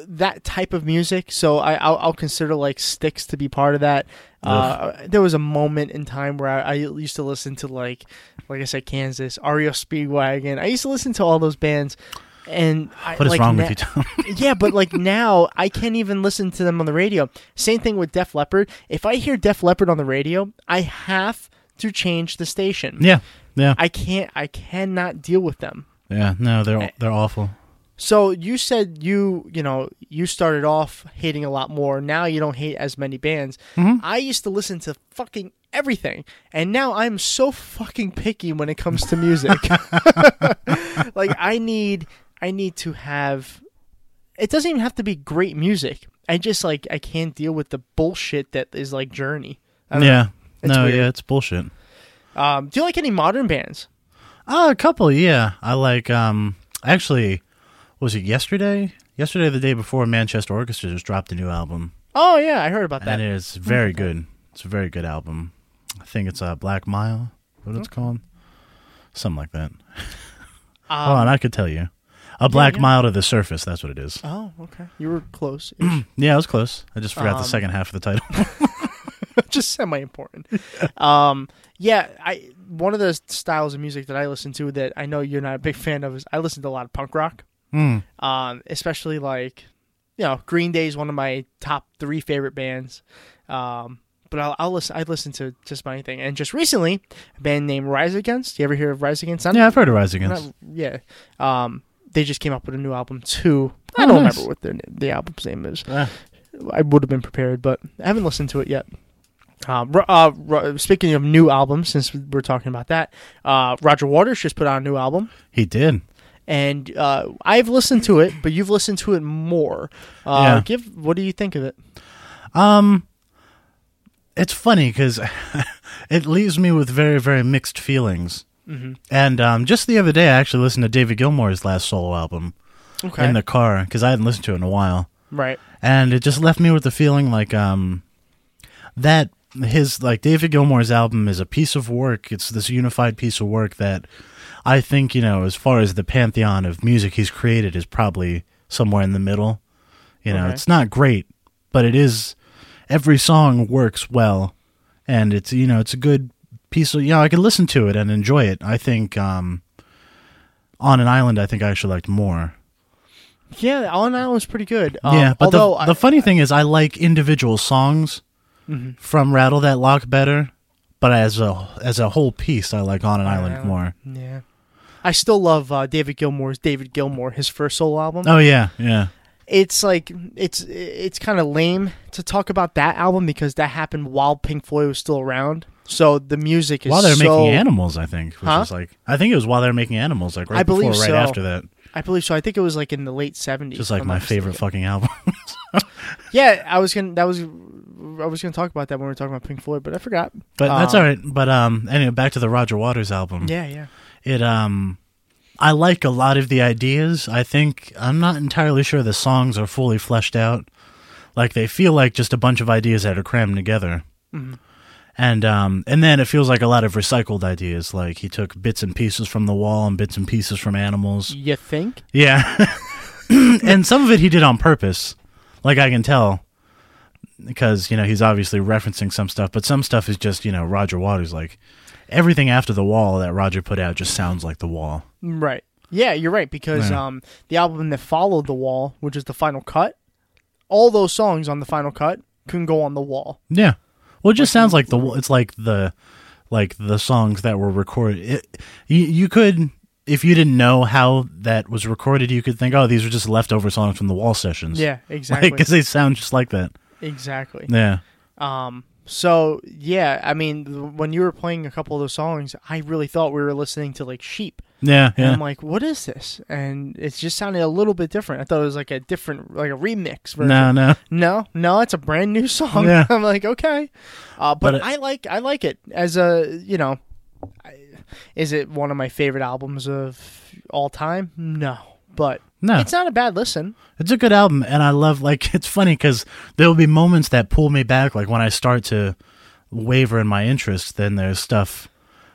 Speaker 1: that type of music. So I, I'll, I'll consider like Sticks to be part of that. Uh, there was a moment in time where I, I used to listen to like, like I said, Kansas, REO Speedwagon. I used to listen to all those bands. And I,
Speaker 2: What is
Speaker 1: like,
Speaker 2: wrong
Speaker 1: na-
Speaker 2: with you, Tom? (laughs)
Speaker 1: yeah, but like now I can't even listen to them on the radio. Same thing with Def Leppard. If I hear Def Leppard on the radio, I have to change the station.
Speaker 2: yeah, yeah,
Speaker 1: I can't I cannot deal with them.
Speaker 2: yeah. No, they're they're awful.
Speaker 1: So you said you, you know, you started off hating a lot more. Now you don't hate as many bands. I used to listen to fucking everything. And now I'm so fucking picky when it comes to music. like I need I need to have it doesn't even have to be great music. I just like I can't deal with the bullshit that is like Journey. I don't
Speaker 2: Yeah.
Speaker 1: It's
Speaker 2: no,
Speaker 1: Oh, weird.
Speaker 2: yeah, it's bullshit.
Speaker 1: know. Um, do you like any modern bands?
Speaker 2: Uh, a couple, yeah. I like um actually was it yesterday? Yesterday or the day before Manchester Orchestra just dropped a new album.
Speaker 1: Oh yeah, I heard about that.
Speaker 2: And it is very good. It's a very good album. I think it's uh Black Mile, what it's called. Something like
Speaker 1: (laughs)
Speaker 2: that. Hold on, I could tell you. A Black
Speaker 1: Um, yeah.
Speaker 2: Mile to the Surface, that's what it is.
Speaker 1: Oh, okay. You were close.
Speaker 2: Yeah, I was close. I just forgot
Speaker 1: Um,
Speaker 2: the second half of the
Speaker 1: (laughs)
Speaker 2: title.
Speaker 1: just semi important. (laughs) um, yeah, I one of the styles of music that I listen to that I know you're not a big fan of is I listen to a lot of punk rock.
Speaker 2: Hmm.
Speaker 1: Um, especially like you know Green Day is one of my top three favorite bands. Um, but I'll, I'll listen. I listen to just about anything. And just recently, a band named Rise Against. You ever hear of Rise Against? I'm
Speaker 2: yeah, I've heard of Rise Against.
Speaker 1: not- yeah. Um, they just came up with a new album too. I
Speaker 2: Oh,
Speaker 1: don't
Speaker 2: nice.
Speaker 1: remember what their the album's name is.
Speaker 2: Ah.
Speaker 1: I would have been prepared, but I haven't listened to it yet. Uh, Ro- uh, Ro- speaking of new albums, since we're talking about that, uh, Roger Waters just put out a new album,
Speaker 2: He did.
Speaker 1: and uh, I've listened to it, but you've listened to it more. Uh,
Speaker 2: Yeah.
Speaker 1: Give what do you think of it?
Speaker 2: it's funny because (laughs) it leaves me with very very mixed feelings
Speaker 1: Mm-hmm.
Speaker 2: and um, just the other day i actually listened to david gilmour's last solo album
Speaker 1: Okay,
Speaker 2: in the car because i hadn't listened to it in a while
Speaker 1: right.
Speaker 2: and it just left me with the feeling like um, that his like david gilmour's album is a piece of work it's this unified piece of work that i think you know as far as the pantheon of music he's created is probably somewhere in the middle you know
Speaker 1: Okay.
Speaker 2: it's not great but it is every song works well and it's you know it's a good piece of you know i can listen to it and enjoy it i think um on an island i think i actually liked more
Speaker 1: Yeah, All in All was pretty good. Um,
Speaker 2: yeah, but
Speaker 1: although
Speaker 2: the,
Speaker 1: I- Mm-hmm.
Speaker 2: the funny thing is, I like individual songs from Rattle That
Speaker 1: Mm-hmm.
Speaker 2: Lock better, but as a as a whole piece, I like On an Island more.
Speaker 1: yeah, I still love uh, David Gilmour's David Gilmour, his first solo album.
Speaker 2: Oh yeah, yeah.
Speaker 1: It's like it's it's kind of lame to talk about that album because that happened while Pink Floyd was still around. So the music is
Speaker 2: While they're
Speaker 1: so,
Speaker 2: making animals, I think, which
Speaker 1: Huh?
Speaker 2: is like I think it was while they're making animals, like right
Speaker 1: I believe
Speaker 2: before, right
Speaker 1: so.
Speaker 2: after that.
Speaker 1: I believe so. I think it was like in the late seventies.
Speaker 2: Just like my favorite fucking album. (laughs)
Speaker 1: Yeah, I was gonna. That was. I was gonna talk about that when we were talking about Pink Floyd, but I forgot.
Speaker 2: but that's
Speaker 1: Um,
Speaker 2: all right. But um, anyway, back to the Roger Waters album.
Speaker 1: Yeah, yeah.
Speaker 2: it um I like a lot of the ideas. I think I'm not entirely sure the songs are fully fleshed out. Like they feel like just a bunch of ideas that are crammed together. And um and then it feels like a lot of recycled ideas. Like he took bits and pieces from the wall and bits and pieces from animals.
Speaker 1: You think?
Speaker 2: Yeah. (laughs) and some of it he did on purpose. Like I can tell because, you know, he's obviously referencing some stuff, but some stuff is just, you know, Roger Waters like everything after the wall that Roger put out just sounds like the wall.
Speaker 1: Right. Yeah, you're right because
Speaker 2: Yeah.
Speaker 1: um, the album that followed the wall, which is the final cut, all those songs on the final cut can go on the wall.
Speaker 2: Yeah. Well, it just sounds like the it's like the like the songs that were recorded. It, you you could if you didn't know how that was recorded, you could think, "Oh, these are just leftover songs from the wall sessions." (laughs)
Speaker 1: Yeah, exactly.
Speaker 2: Because they sound just like that.
Speaker 1: Exactly.
Speaker 2: Yeah.
Speaker 1: So yeah, I mean, th- when you were playing a couple of those songs, I really thought we were listening to like Sheep.
Speaker 2: Yeah.
Speaker 1: And
Speaker 2: Yeah.
Speaker 1: I'm like, what is this? And it just sounded a little bit different. I thought it was like a different, like a remix version.
Speaker 2: No. No.
Speaker 1: No, no, it's a brand new song.
Speaker 2: Yeah.
Speaker 1: (laughs) I'm like, okay, uh, but,
Speaker 2: But it-
Speaker 1: I like I like it as a you know, I, is it one of my favorite albums of all time? No, but
Speaker 2: No.
Speaker 1: it's not a bad listen.
Speaker 2: It's a good album, and I love like (laughs) it's funny because there will be moments that pull me back. Like when I start to waver in my interest, then there's stuff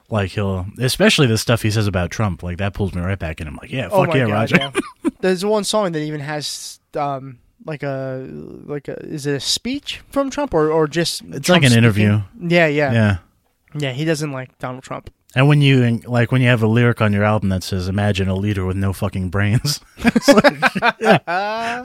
Speaker 2: like he'll, especially the stuff he says about Trump, like that pulls me right back in. I'm like, yeah,
Speaker 1: oh
Speaker 2: fuck
Speaker 1: my
Speaker 2: yeah,
Speaker 1: god,
Speaker 2: Roger.
Speaker 1: yeah. There's one song that even has um like a like a is it a speech from Trump or or just
Speaker 2: It's like an interview.
Speaker 1: Yeah, yeah, yeah,
Speaker 2: (laughs) Yeah,
Speaker 1: He doesn't like Donald Trump.
Speaker 2: and when you like when you have a lyric on your album that says "Imagine a leader with no fucking brains," (laughs) It's like,
Speaker 1: (laughs)
Speaker 2: yeah,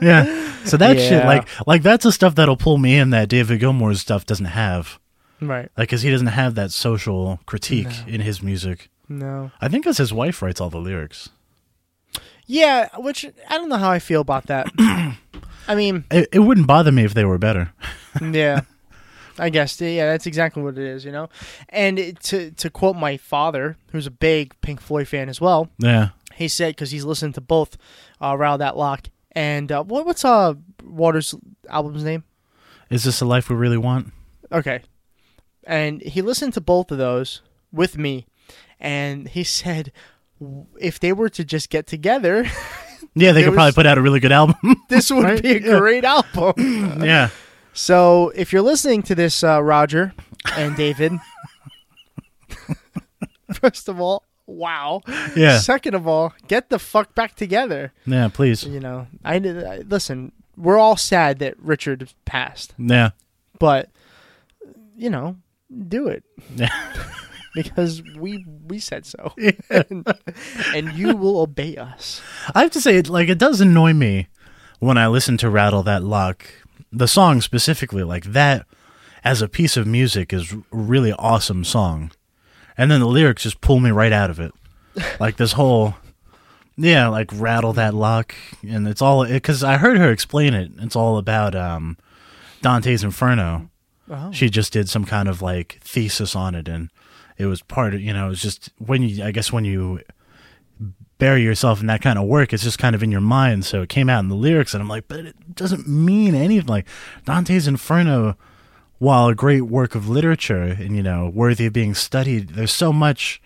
Speaker 2: yeah. So that shit,
Speaker 1: Yeah.
Speaker 2: like, like that's the stuff that'll pull me in that David Gilmour's stuff doesn't have,
Speaker 1: Right.
Speaker 2: like, because he doesn't have that social critique in his music.
Speaker 1: No.
Speaker 2: I think because his wife writes all the lyrics.
Speaker 1: Yeah, which I don't know how I feel about
Speaker 2: (coughs)
Speaker 1: that. I mean,
Speaker 2: It, it wouldn't bother me if they were better.
Speaker 1: yeah i guess yeah that's exactly what it is you know and it, to to quote my father who's a big pink floyd fan as well
Speaker 2: Yeah.
Speaker 1: he said because he's listened to both uh Raul that lock and uh what, what's uh waters album's name
Speaker 2: Is this the life we really want?
Speaker 1: okay and he listened to both of those with me and he said w- if they were to just get together (laughs)
Speaker 2: Yeah, they
Speaker 1: There
Speaker 2: could probably
Speaker 1: was-
Speaker 2: put out a really good album. (laughs)
Speaker 1: this would
Speaker 2: Right?
Speaker 1: be a
Speaker 2: Yeah.
Speaker 1: great album
Speaker 2: yeah.
Speaker 1: So if you're listening to this, uh, Roger and David, (laughs) first of all, wow.
Speaker 2: Yeah.
Speaker 1: Second of all, get the fuck back together.
Speaker 2: Yeah, please.
Speaker 1: You know, I, I listen. We're all sad that Richard passed,
Speaker 2: Yeah.
Speaker 1: but you know, do it
Speaker 2: Yeah.
Speaker 1: (laughs) because we we said so, and, and you will obey us.
Speaker 2: I have to say, it, like, it does annoy me when I listen to Rattle That Lock, the song specifically, like, that as a piece of music is a really awesome song. And then the lyrics just pull me right out of it. Like, this whole, yeah, like, Rattle That Lock. And it's all, because I heard her explain it. It's all about um, Dante's Inferno. She just did some kind of, like, thesis on it. And it was part of, you know, it was just when you, I guess, when you bury yourself in that kind of work. It's just kind of in your mind. So it came out in the lyrics, and I'm like, but it doesn't mean anything. Like Dante's Inferno, while a great work of literature and you know worthy of being studied, there's so much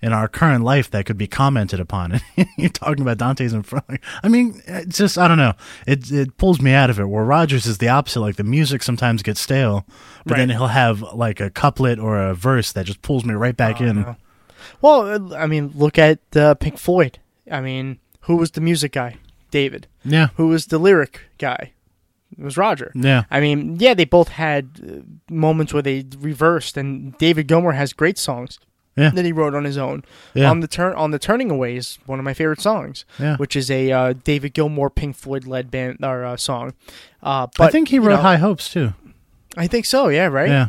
Speaker 2: in our current life that could be commented upon. (laughs) And you're talking about Dante's Inferno. I mean, it's just I don't know. It it pulls me out of it. Where Rogers is the opposite. Like the music sometimes gets stale, but then
Speaker 1: Right.
Speaker 2: he'll have like a couplet or a verse that just pulls me right back in.
Speaker 1: Well, I mean, look at uh, Pink Floyd. I mean, who was the music guy? David.
Speaker 2: Yeah.
Speaker 1: who was the lyric guy. It was Roger.
Speaker 2: Yeah.
Speaker 1: I mean, yeah, they both had uh, moments where they reversed, and David Gilmour has great songs
Speaker 2: Yeah.
Speaker 1: that he wrote on his own.
Speaker 2: Yeah.
Speaker 1: On the turn, on the turning away is one of my favorite songs.
Speaker 2: Yeah.
Speaker 1: which is a uh, David Gilmour Pink Floyd led band or uh, song. Uh, but
Speaker 2: I think he
Speaker 1: you
Speaker 2: wrote
Speaker 1: know,
Speaker 2: High Hopes too.
Speaker 1: I think so. Yeah, right.
Speaker 2: Yeah.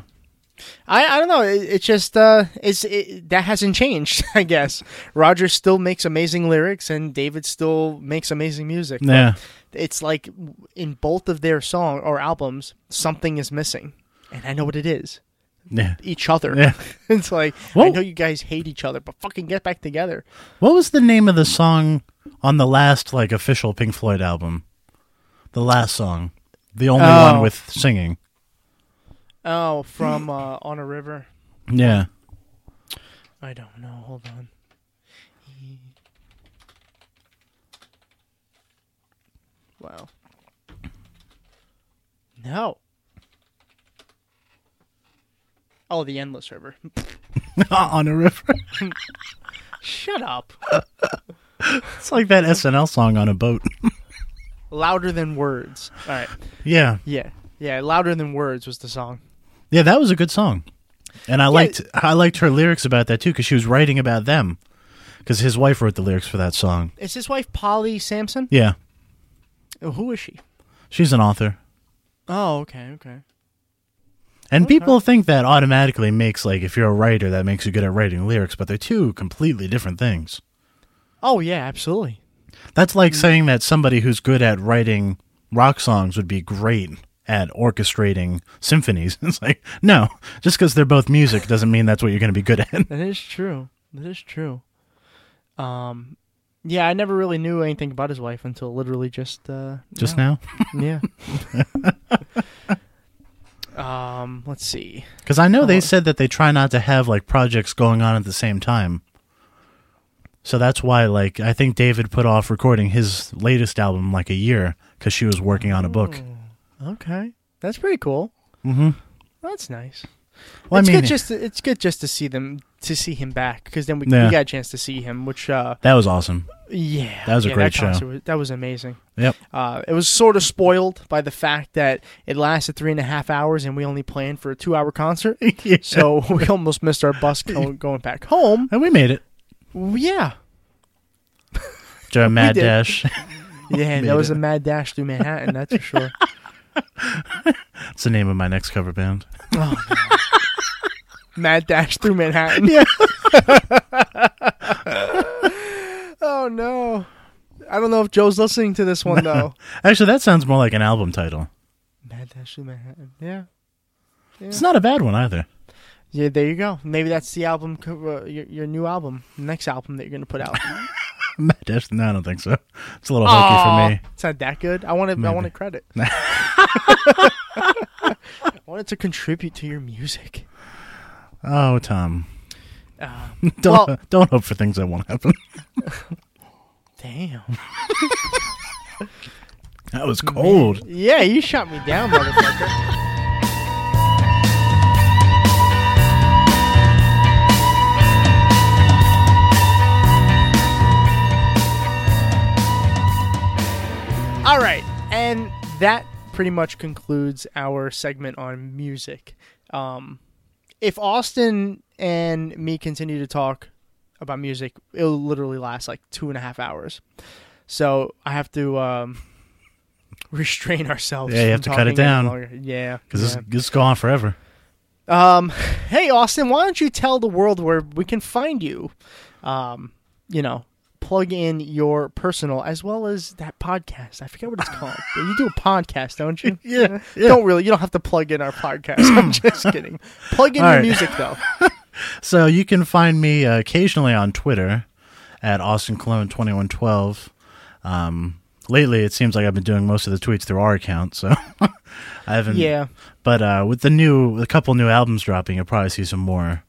Speaker 1: I, I don't know. It, it's just uh, it's it, that hasn't changed. (laughs) I guess Roger still makes amazing lyrics, and David still makes amazing music. but
Speaker 2: Yeah.
Speaker 1: it's like in both of their song or albums, something is missing, and I know what it is.
Speaker 2: Yeah.
Speaker 1: Each other.
Speaker 2: Yeah.
Speaker 1: (laughs) it's like I
Speaker 2: Well-
Speaker 1: know you guys hate each other, but fucking get back together.
Speaker 2: What was the name of the song on the last like official Pink Floyd album? The last song, the only
Speaker 1: Oh.
Speaker 2: one with singing.
Speaker 1: Oh, from uh, on a river.
Speaker 2: Yeah. (laughs)
Speaker 1: I don't know. Hold on. Wow. No. Oh, the endless river. (laughs)
Speaker 2: on a river.
Speaker 1: Shut up.
Speaker 2: It's like that SNL song on a boat.
Speaker 1: Louder than words. All right.
Speaker 2: yeah.
Speaker 1: Yeah. Yeah. Louder than words was the song.
Speaker 2: Yeah, that was a good song. And I liked I liked her lyrics about that too cuz she was writing about them. Cuz his wife wrote the lyrics for that song.
Speaker 1: Is his wife Polly Sampson?
Speaker 2: Yeah.
Speaker 1: Who is she?
Speaker 2: She's an author.
Speaker 1: Oh, okay. Okay.
Speaker 2: And people think that automatically makes like if you're a writer that makes you good at writing lyrics, but they're two completely different things.
Speaker 1: Oh, yeah. Absolutely.
Speaker 2: That's
Speaker 1: Mm.
Speaker 2: like saying that somebody who's good at writing rock songs would be great at orchestrating symphonies. (laughs) It's like, no, just because they're both music doesn't mean that's what you're going to be good at. (laughs)
Speaker 1: That is true. That is true. Um, yeah, I never really knew anything about his wife until literally just uh,
Speaker 2: Just
Speaker 1: now.
Speaker 2: now?
Speaker 1: (laughs)
Speaker 2: (laughs)
Speaker 1: Yeah. um, let's see.
Speaker 2: Because I know they said that they try not to have like projects going on at the same time. So that's why, like, I think David put off recording his latest album like a year because she was working on a book.
Speaker 1: Oh. Okay, that's pretty cool. Mm-hmm. That's nice.
Speaker 2: Well,
Speaker 1: it's
Speaker 2: I mean,
Speaker 1: good just to, it's good just to see them to see him back because then we,
Speaker 2: Yeah.
Speaker 1: we got a chance to see him, which uh,
Speaker 2: that was awesome.
Speaker 1: yeah,
Speaker 2: That was a
Speaker 1: yeah,
Speaker 2: great show.
Speaker 1: concert Was, that was amazing.
Speaker 2: Yep.
Speaker 1: Uh, it was sort of spoiled by the fact that it lasted three and a half hours and we only planned for a two hour
Speaker 2: (laughs)
Speaker 1: concert. So we almost missed our bus go- going back home.
Speaker 2: And we made it.
Speaker 1: Yeah.
Speaker 2: During a Mad
Speaker 1: did. (laughs)
Speaker 2: Dash.
Speaker 1: Yeah,
Speaker 2: Made
Speaker 1: that was
Speaker 2: it.
Speaker 1: a mad dash through Manhattan, that's for sure.
Speaker 2: (laughs) That's the name of my next cover band.
Speaker 1: mad dash through Manhattan.
Speaker 2: Yeah.
Speaker 1: (laughs) oh, no. I don't know if Joe's listening to this one, though.
Speaker 2: Actually, that sounds more like an album title.
Speaker 1: mad dash through Manhattan. Yeah.
Speaker 2: It's not a bad one either. (laughs)
Speaker 1: Yeah, there you go. Maybe that's the album, co- uh, your, your new album, next album that you're going to put
Speaker 2: (laughs)
Speaker 1: out.
Speaker 2: Mad Dash? No, I don't think so. It's a little hokey for me.
Speaker 1: It's not that good. I want to. I want to
Speaker 2: (laughs)
Speaker 1: credit. I wanted to contribute to your music.
Speaker 2: Oh, Tom. (laughs)
Speaker 1: Uh,
Speaker 2: Don't
Speaker 1: Well-
Speaker 2: don't hope for things that won't happen. (laughs)
Speaker 1: damn.
Speaker 2: That was
Speaker 1: Mm-hmm.
Speaker 2: cold.
Speaker 1: Yeah, you shot me down, motherfucker. All right, and that pretty much concludes our segment on music. Um, if Austin and me continue to talk about music, it'll literally last like two and a half hours. So I have to um, (laughs) restrain ourselves.
Speaker 2: Yeah, you
Speaker 1: from
Speaker 2: have to cut it
Speaker 1: talking any
Speaker 2: down.
Speaker 1: longer. Yeah.
Speaker 2: Because
Speaker 1: yeah.
Speaker 2: this, this go on forever.
Speaker 1: Um, hey, Austin, why don't you tell the world where we can find you? Um, you know, plug in your personal as well as that podcast. I forget what it's (laughs) called. you do a podcast, don't (laughs) you?
Speaker 2: Yeah,
Speaker 1: Don't really. You don't have to plug in our podcast. (laughs) I'm just kidding. Plug in
Speaker 2: All
Speaker 1: your
Speaker 2: right.
Speaker 1: music, (laughs) though.
Speaker 2: So you can find me uh, occasionally on Twitter at Austin Cologne twenty one twelve. Um, lately, it seems like I've been doing most of the tweets through our account, so (laughs) I haven't.
Speaker 1: Yeah.
Speaker 2: But uh, with the new, with a couple new albums dropping, you'll probably see some more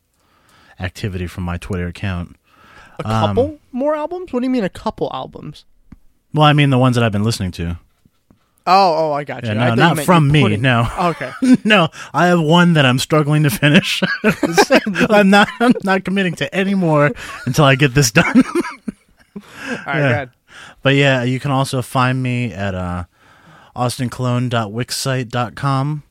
Speaker 2: activity from my Twitter account.
Speaker 1: A couple more albums? What do you mean a couple albums?
Speaker 2: Well, I mean the ones that I've been listening to. (laughs)
Speaker 1: Oh, oh, I got you. I
Speaker 2: Yeah, no,
Speaker 1: thought you
Speaker 2: not
Speaker 1: meant
Speaker 2: from
Speaker 1: you
Speaker 2: me,
Speaker 1: put it-
Speaker 2: no.
Speaker 1: (laughs) Okay.
Speaker 2: no, I have one that I'm struggling to finish. (laughs) I'm not. I'm not committing to any more until I get this done.
Speaker 1: All right,
Speaker 2: Yeah.
Speaker 1: good.
Speaker 2: But yeah, you can also find me at uh, austincologne.wixsite.com,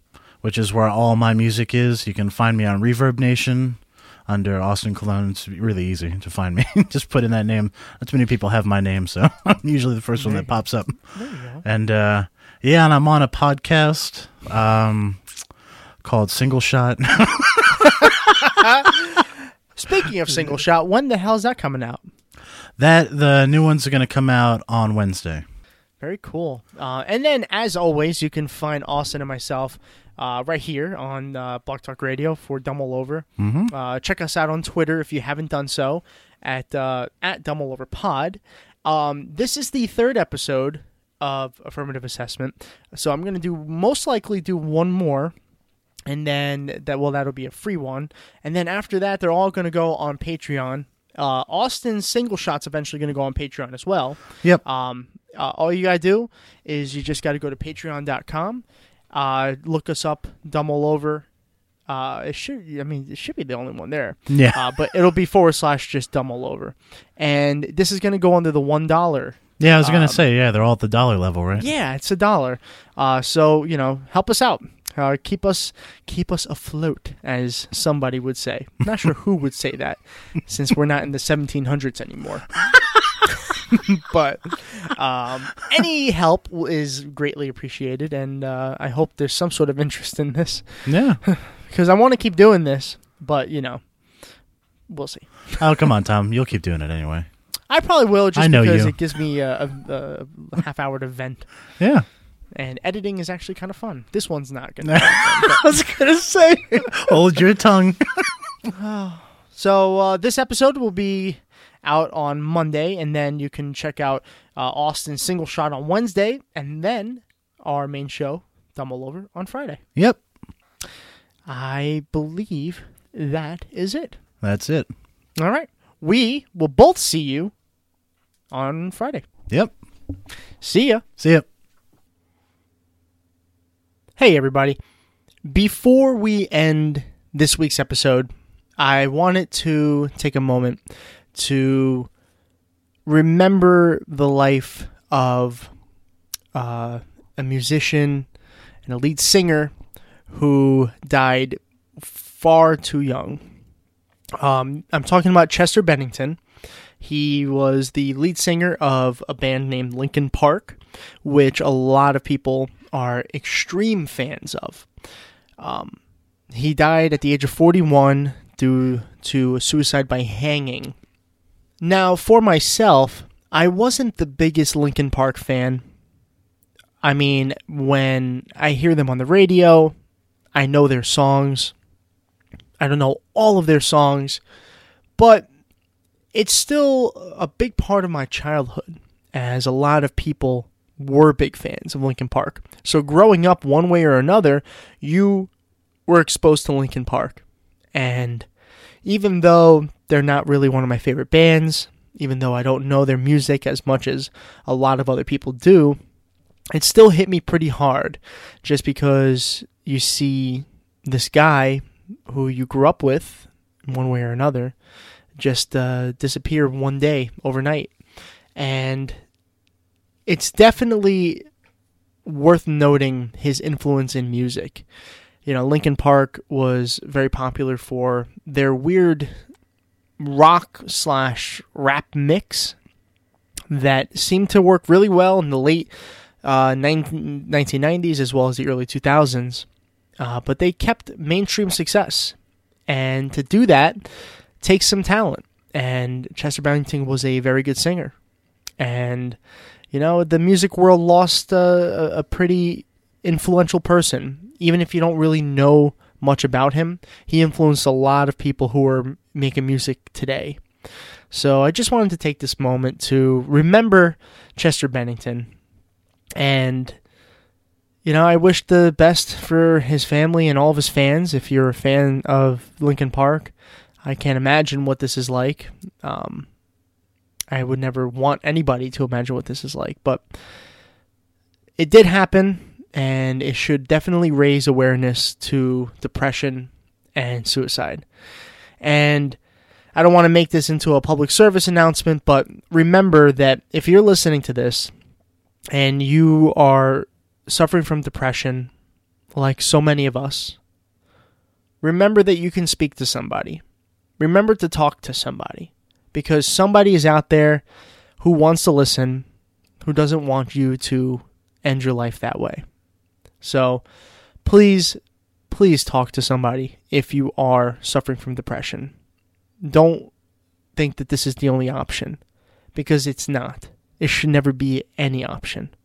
Speaker 2: which is where all my music is. You can find me on Reverb Nation under Austin Cologne. It's really easy to find me. (laughs) Just put in that name. Not too many people have my name, so (laughs) I'm usually the first one that pops up. And uh, yeah, and I'm on a podcast um, called Single Shot. (laughs)
Speaker 1: Speaking of single shot, when the hell's that coming out?
Speaker 2: that the new ones are going to come out on Wednesday.
Speaker 1: Very cool. Uh, and then, as always, you can find Austin and myself uh, right here on uh, Block Talk Radio for Dumb All Over. Mm-hmm. Uh, check us out on Twitter if you haven't done so at uh, at Dumb All Over Pod. Um, this is the third episode of affirmative assessment, so I'm going to do most likely do one more and then that well that'll be a free one and then after that they're all going to go on patreon uh, austin's single shots eventually going to go on patreon as well
Speaker 2: Yep.
Speaker 1: um, uh, all you gotta do is you just gotta go to patreon.com uh, look us up dumb all over uh, it should i mean it should be the only one there
Speaker 2: Yeah.
Speaker 1: uh, but it'll be forward slash just dumb all over and this is going to go under the one dollar
Speaker 2: Yeah, I was going to say, yeah, they're all at the dollar level, right?
Speaker 1: um, yeah, it's a dollar. Uh, so you know, help us out. Uh, keep us keep us afloat, as somebody would say. Not sure who would say that, since we're not in the 1700s anymore. (laughs) but um, any help w- is greatly appreciated, and uh, I hope there's some sort of interest in this (laughs)
Speaker 2: Yeah.
Speaker 1: because I want to keep doing this. But you know, we'll see.
Speaker 2: oh, come on, Tom. You'll keep doing it anyway.
Speaker 1: I probably will just
Speaker 2: I know
Speaker 1: because
Speaker 2: you.
Speaker 1: it gives me a, a, a half hour to vent.
Speaker 2: Yeah.
Speaker 1: and editing is actually kind of fun. This one's not (laughs) gonna. I was gonna say.
Speaker 2: Hold your tongue.
Speaker 1: So uh, this episode will be out on Monday, and then you can check out uh, Austin's single shot on Wednesday, and then our main show, Dumb All Over, on Friday.
Speaker 2: yep.
Speaker 1: I believe that is it.
Speaker 2: That's it.
Speaker 1: All right, we will both see you on Friday.
Speaker 2: Yep.
Speaker 1: See ya.
Speaker 2: See ya.
Speaker 1: Hey, everybody. Before we end this week's episode, I wanted to take a moment to remember the life of uh, a musician and a lead singer who died far too young. Um, I'm talking about Chester Bennington. He was the lead singer of a band named Lincoln Park, which a lot of people are extreme fans of. Um, he died at the age of 41 due to suicide by hanging. Now, for myself, I wasn't the biggest Lincoln Park fan. I mean, when I hear them on the radio, I know their songs. I don't know all of their songs, but it's still a big part of my childhood, as a lot of people were big fans of Linkin Park. So growing up, one way or another, you were exposed to Linkin Park, and even though they're not really one of my favorite bands, even though I don't know their music as much as a lot of other people do, it still hit me pretty hard, just because you see this guy who you grew up with, one way or another, just uh, disappear one day overnight. And it's definitely worth noting his influence in music. You know, Linkin Park was very popular for their weird rock slash rap mix that seemed to work really well in the late uh, 19, 1990s as well as the early 2000s. Uh, but they kept mainstream success. And to do that, takes some talent. And Chester Bennington was a very good singer. And, you know, the music world lost a, a- a pretty influential person. Even if you don't really know much about him, he influenced a lot of people who are making music today. So I just wanted to take this moment to remember Chester Bennington. And, you know, I wish the best for his family and all of his fans. If you're a fan of Linkin Park, I can't imagine what this is like. Um, I would never want anybody to imagine what this is like, but it did happen, and it should definitely raise awareness to depression and suicide. And I don't want to make this into a public service announcement, but remember that if you're listening to this and you are suffering from depression, like so many of us, remember that you can speak to somebody remember to talk to somebody because somebody is out there who wants to listen, who doesn't want you to end your life that way. So please, please talk to somebody if you are suffering from depression. Don't think that this is the only option because it's not. It should never be any option.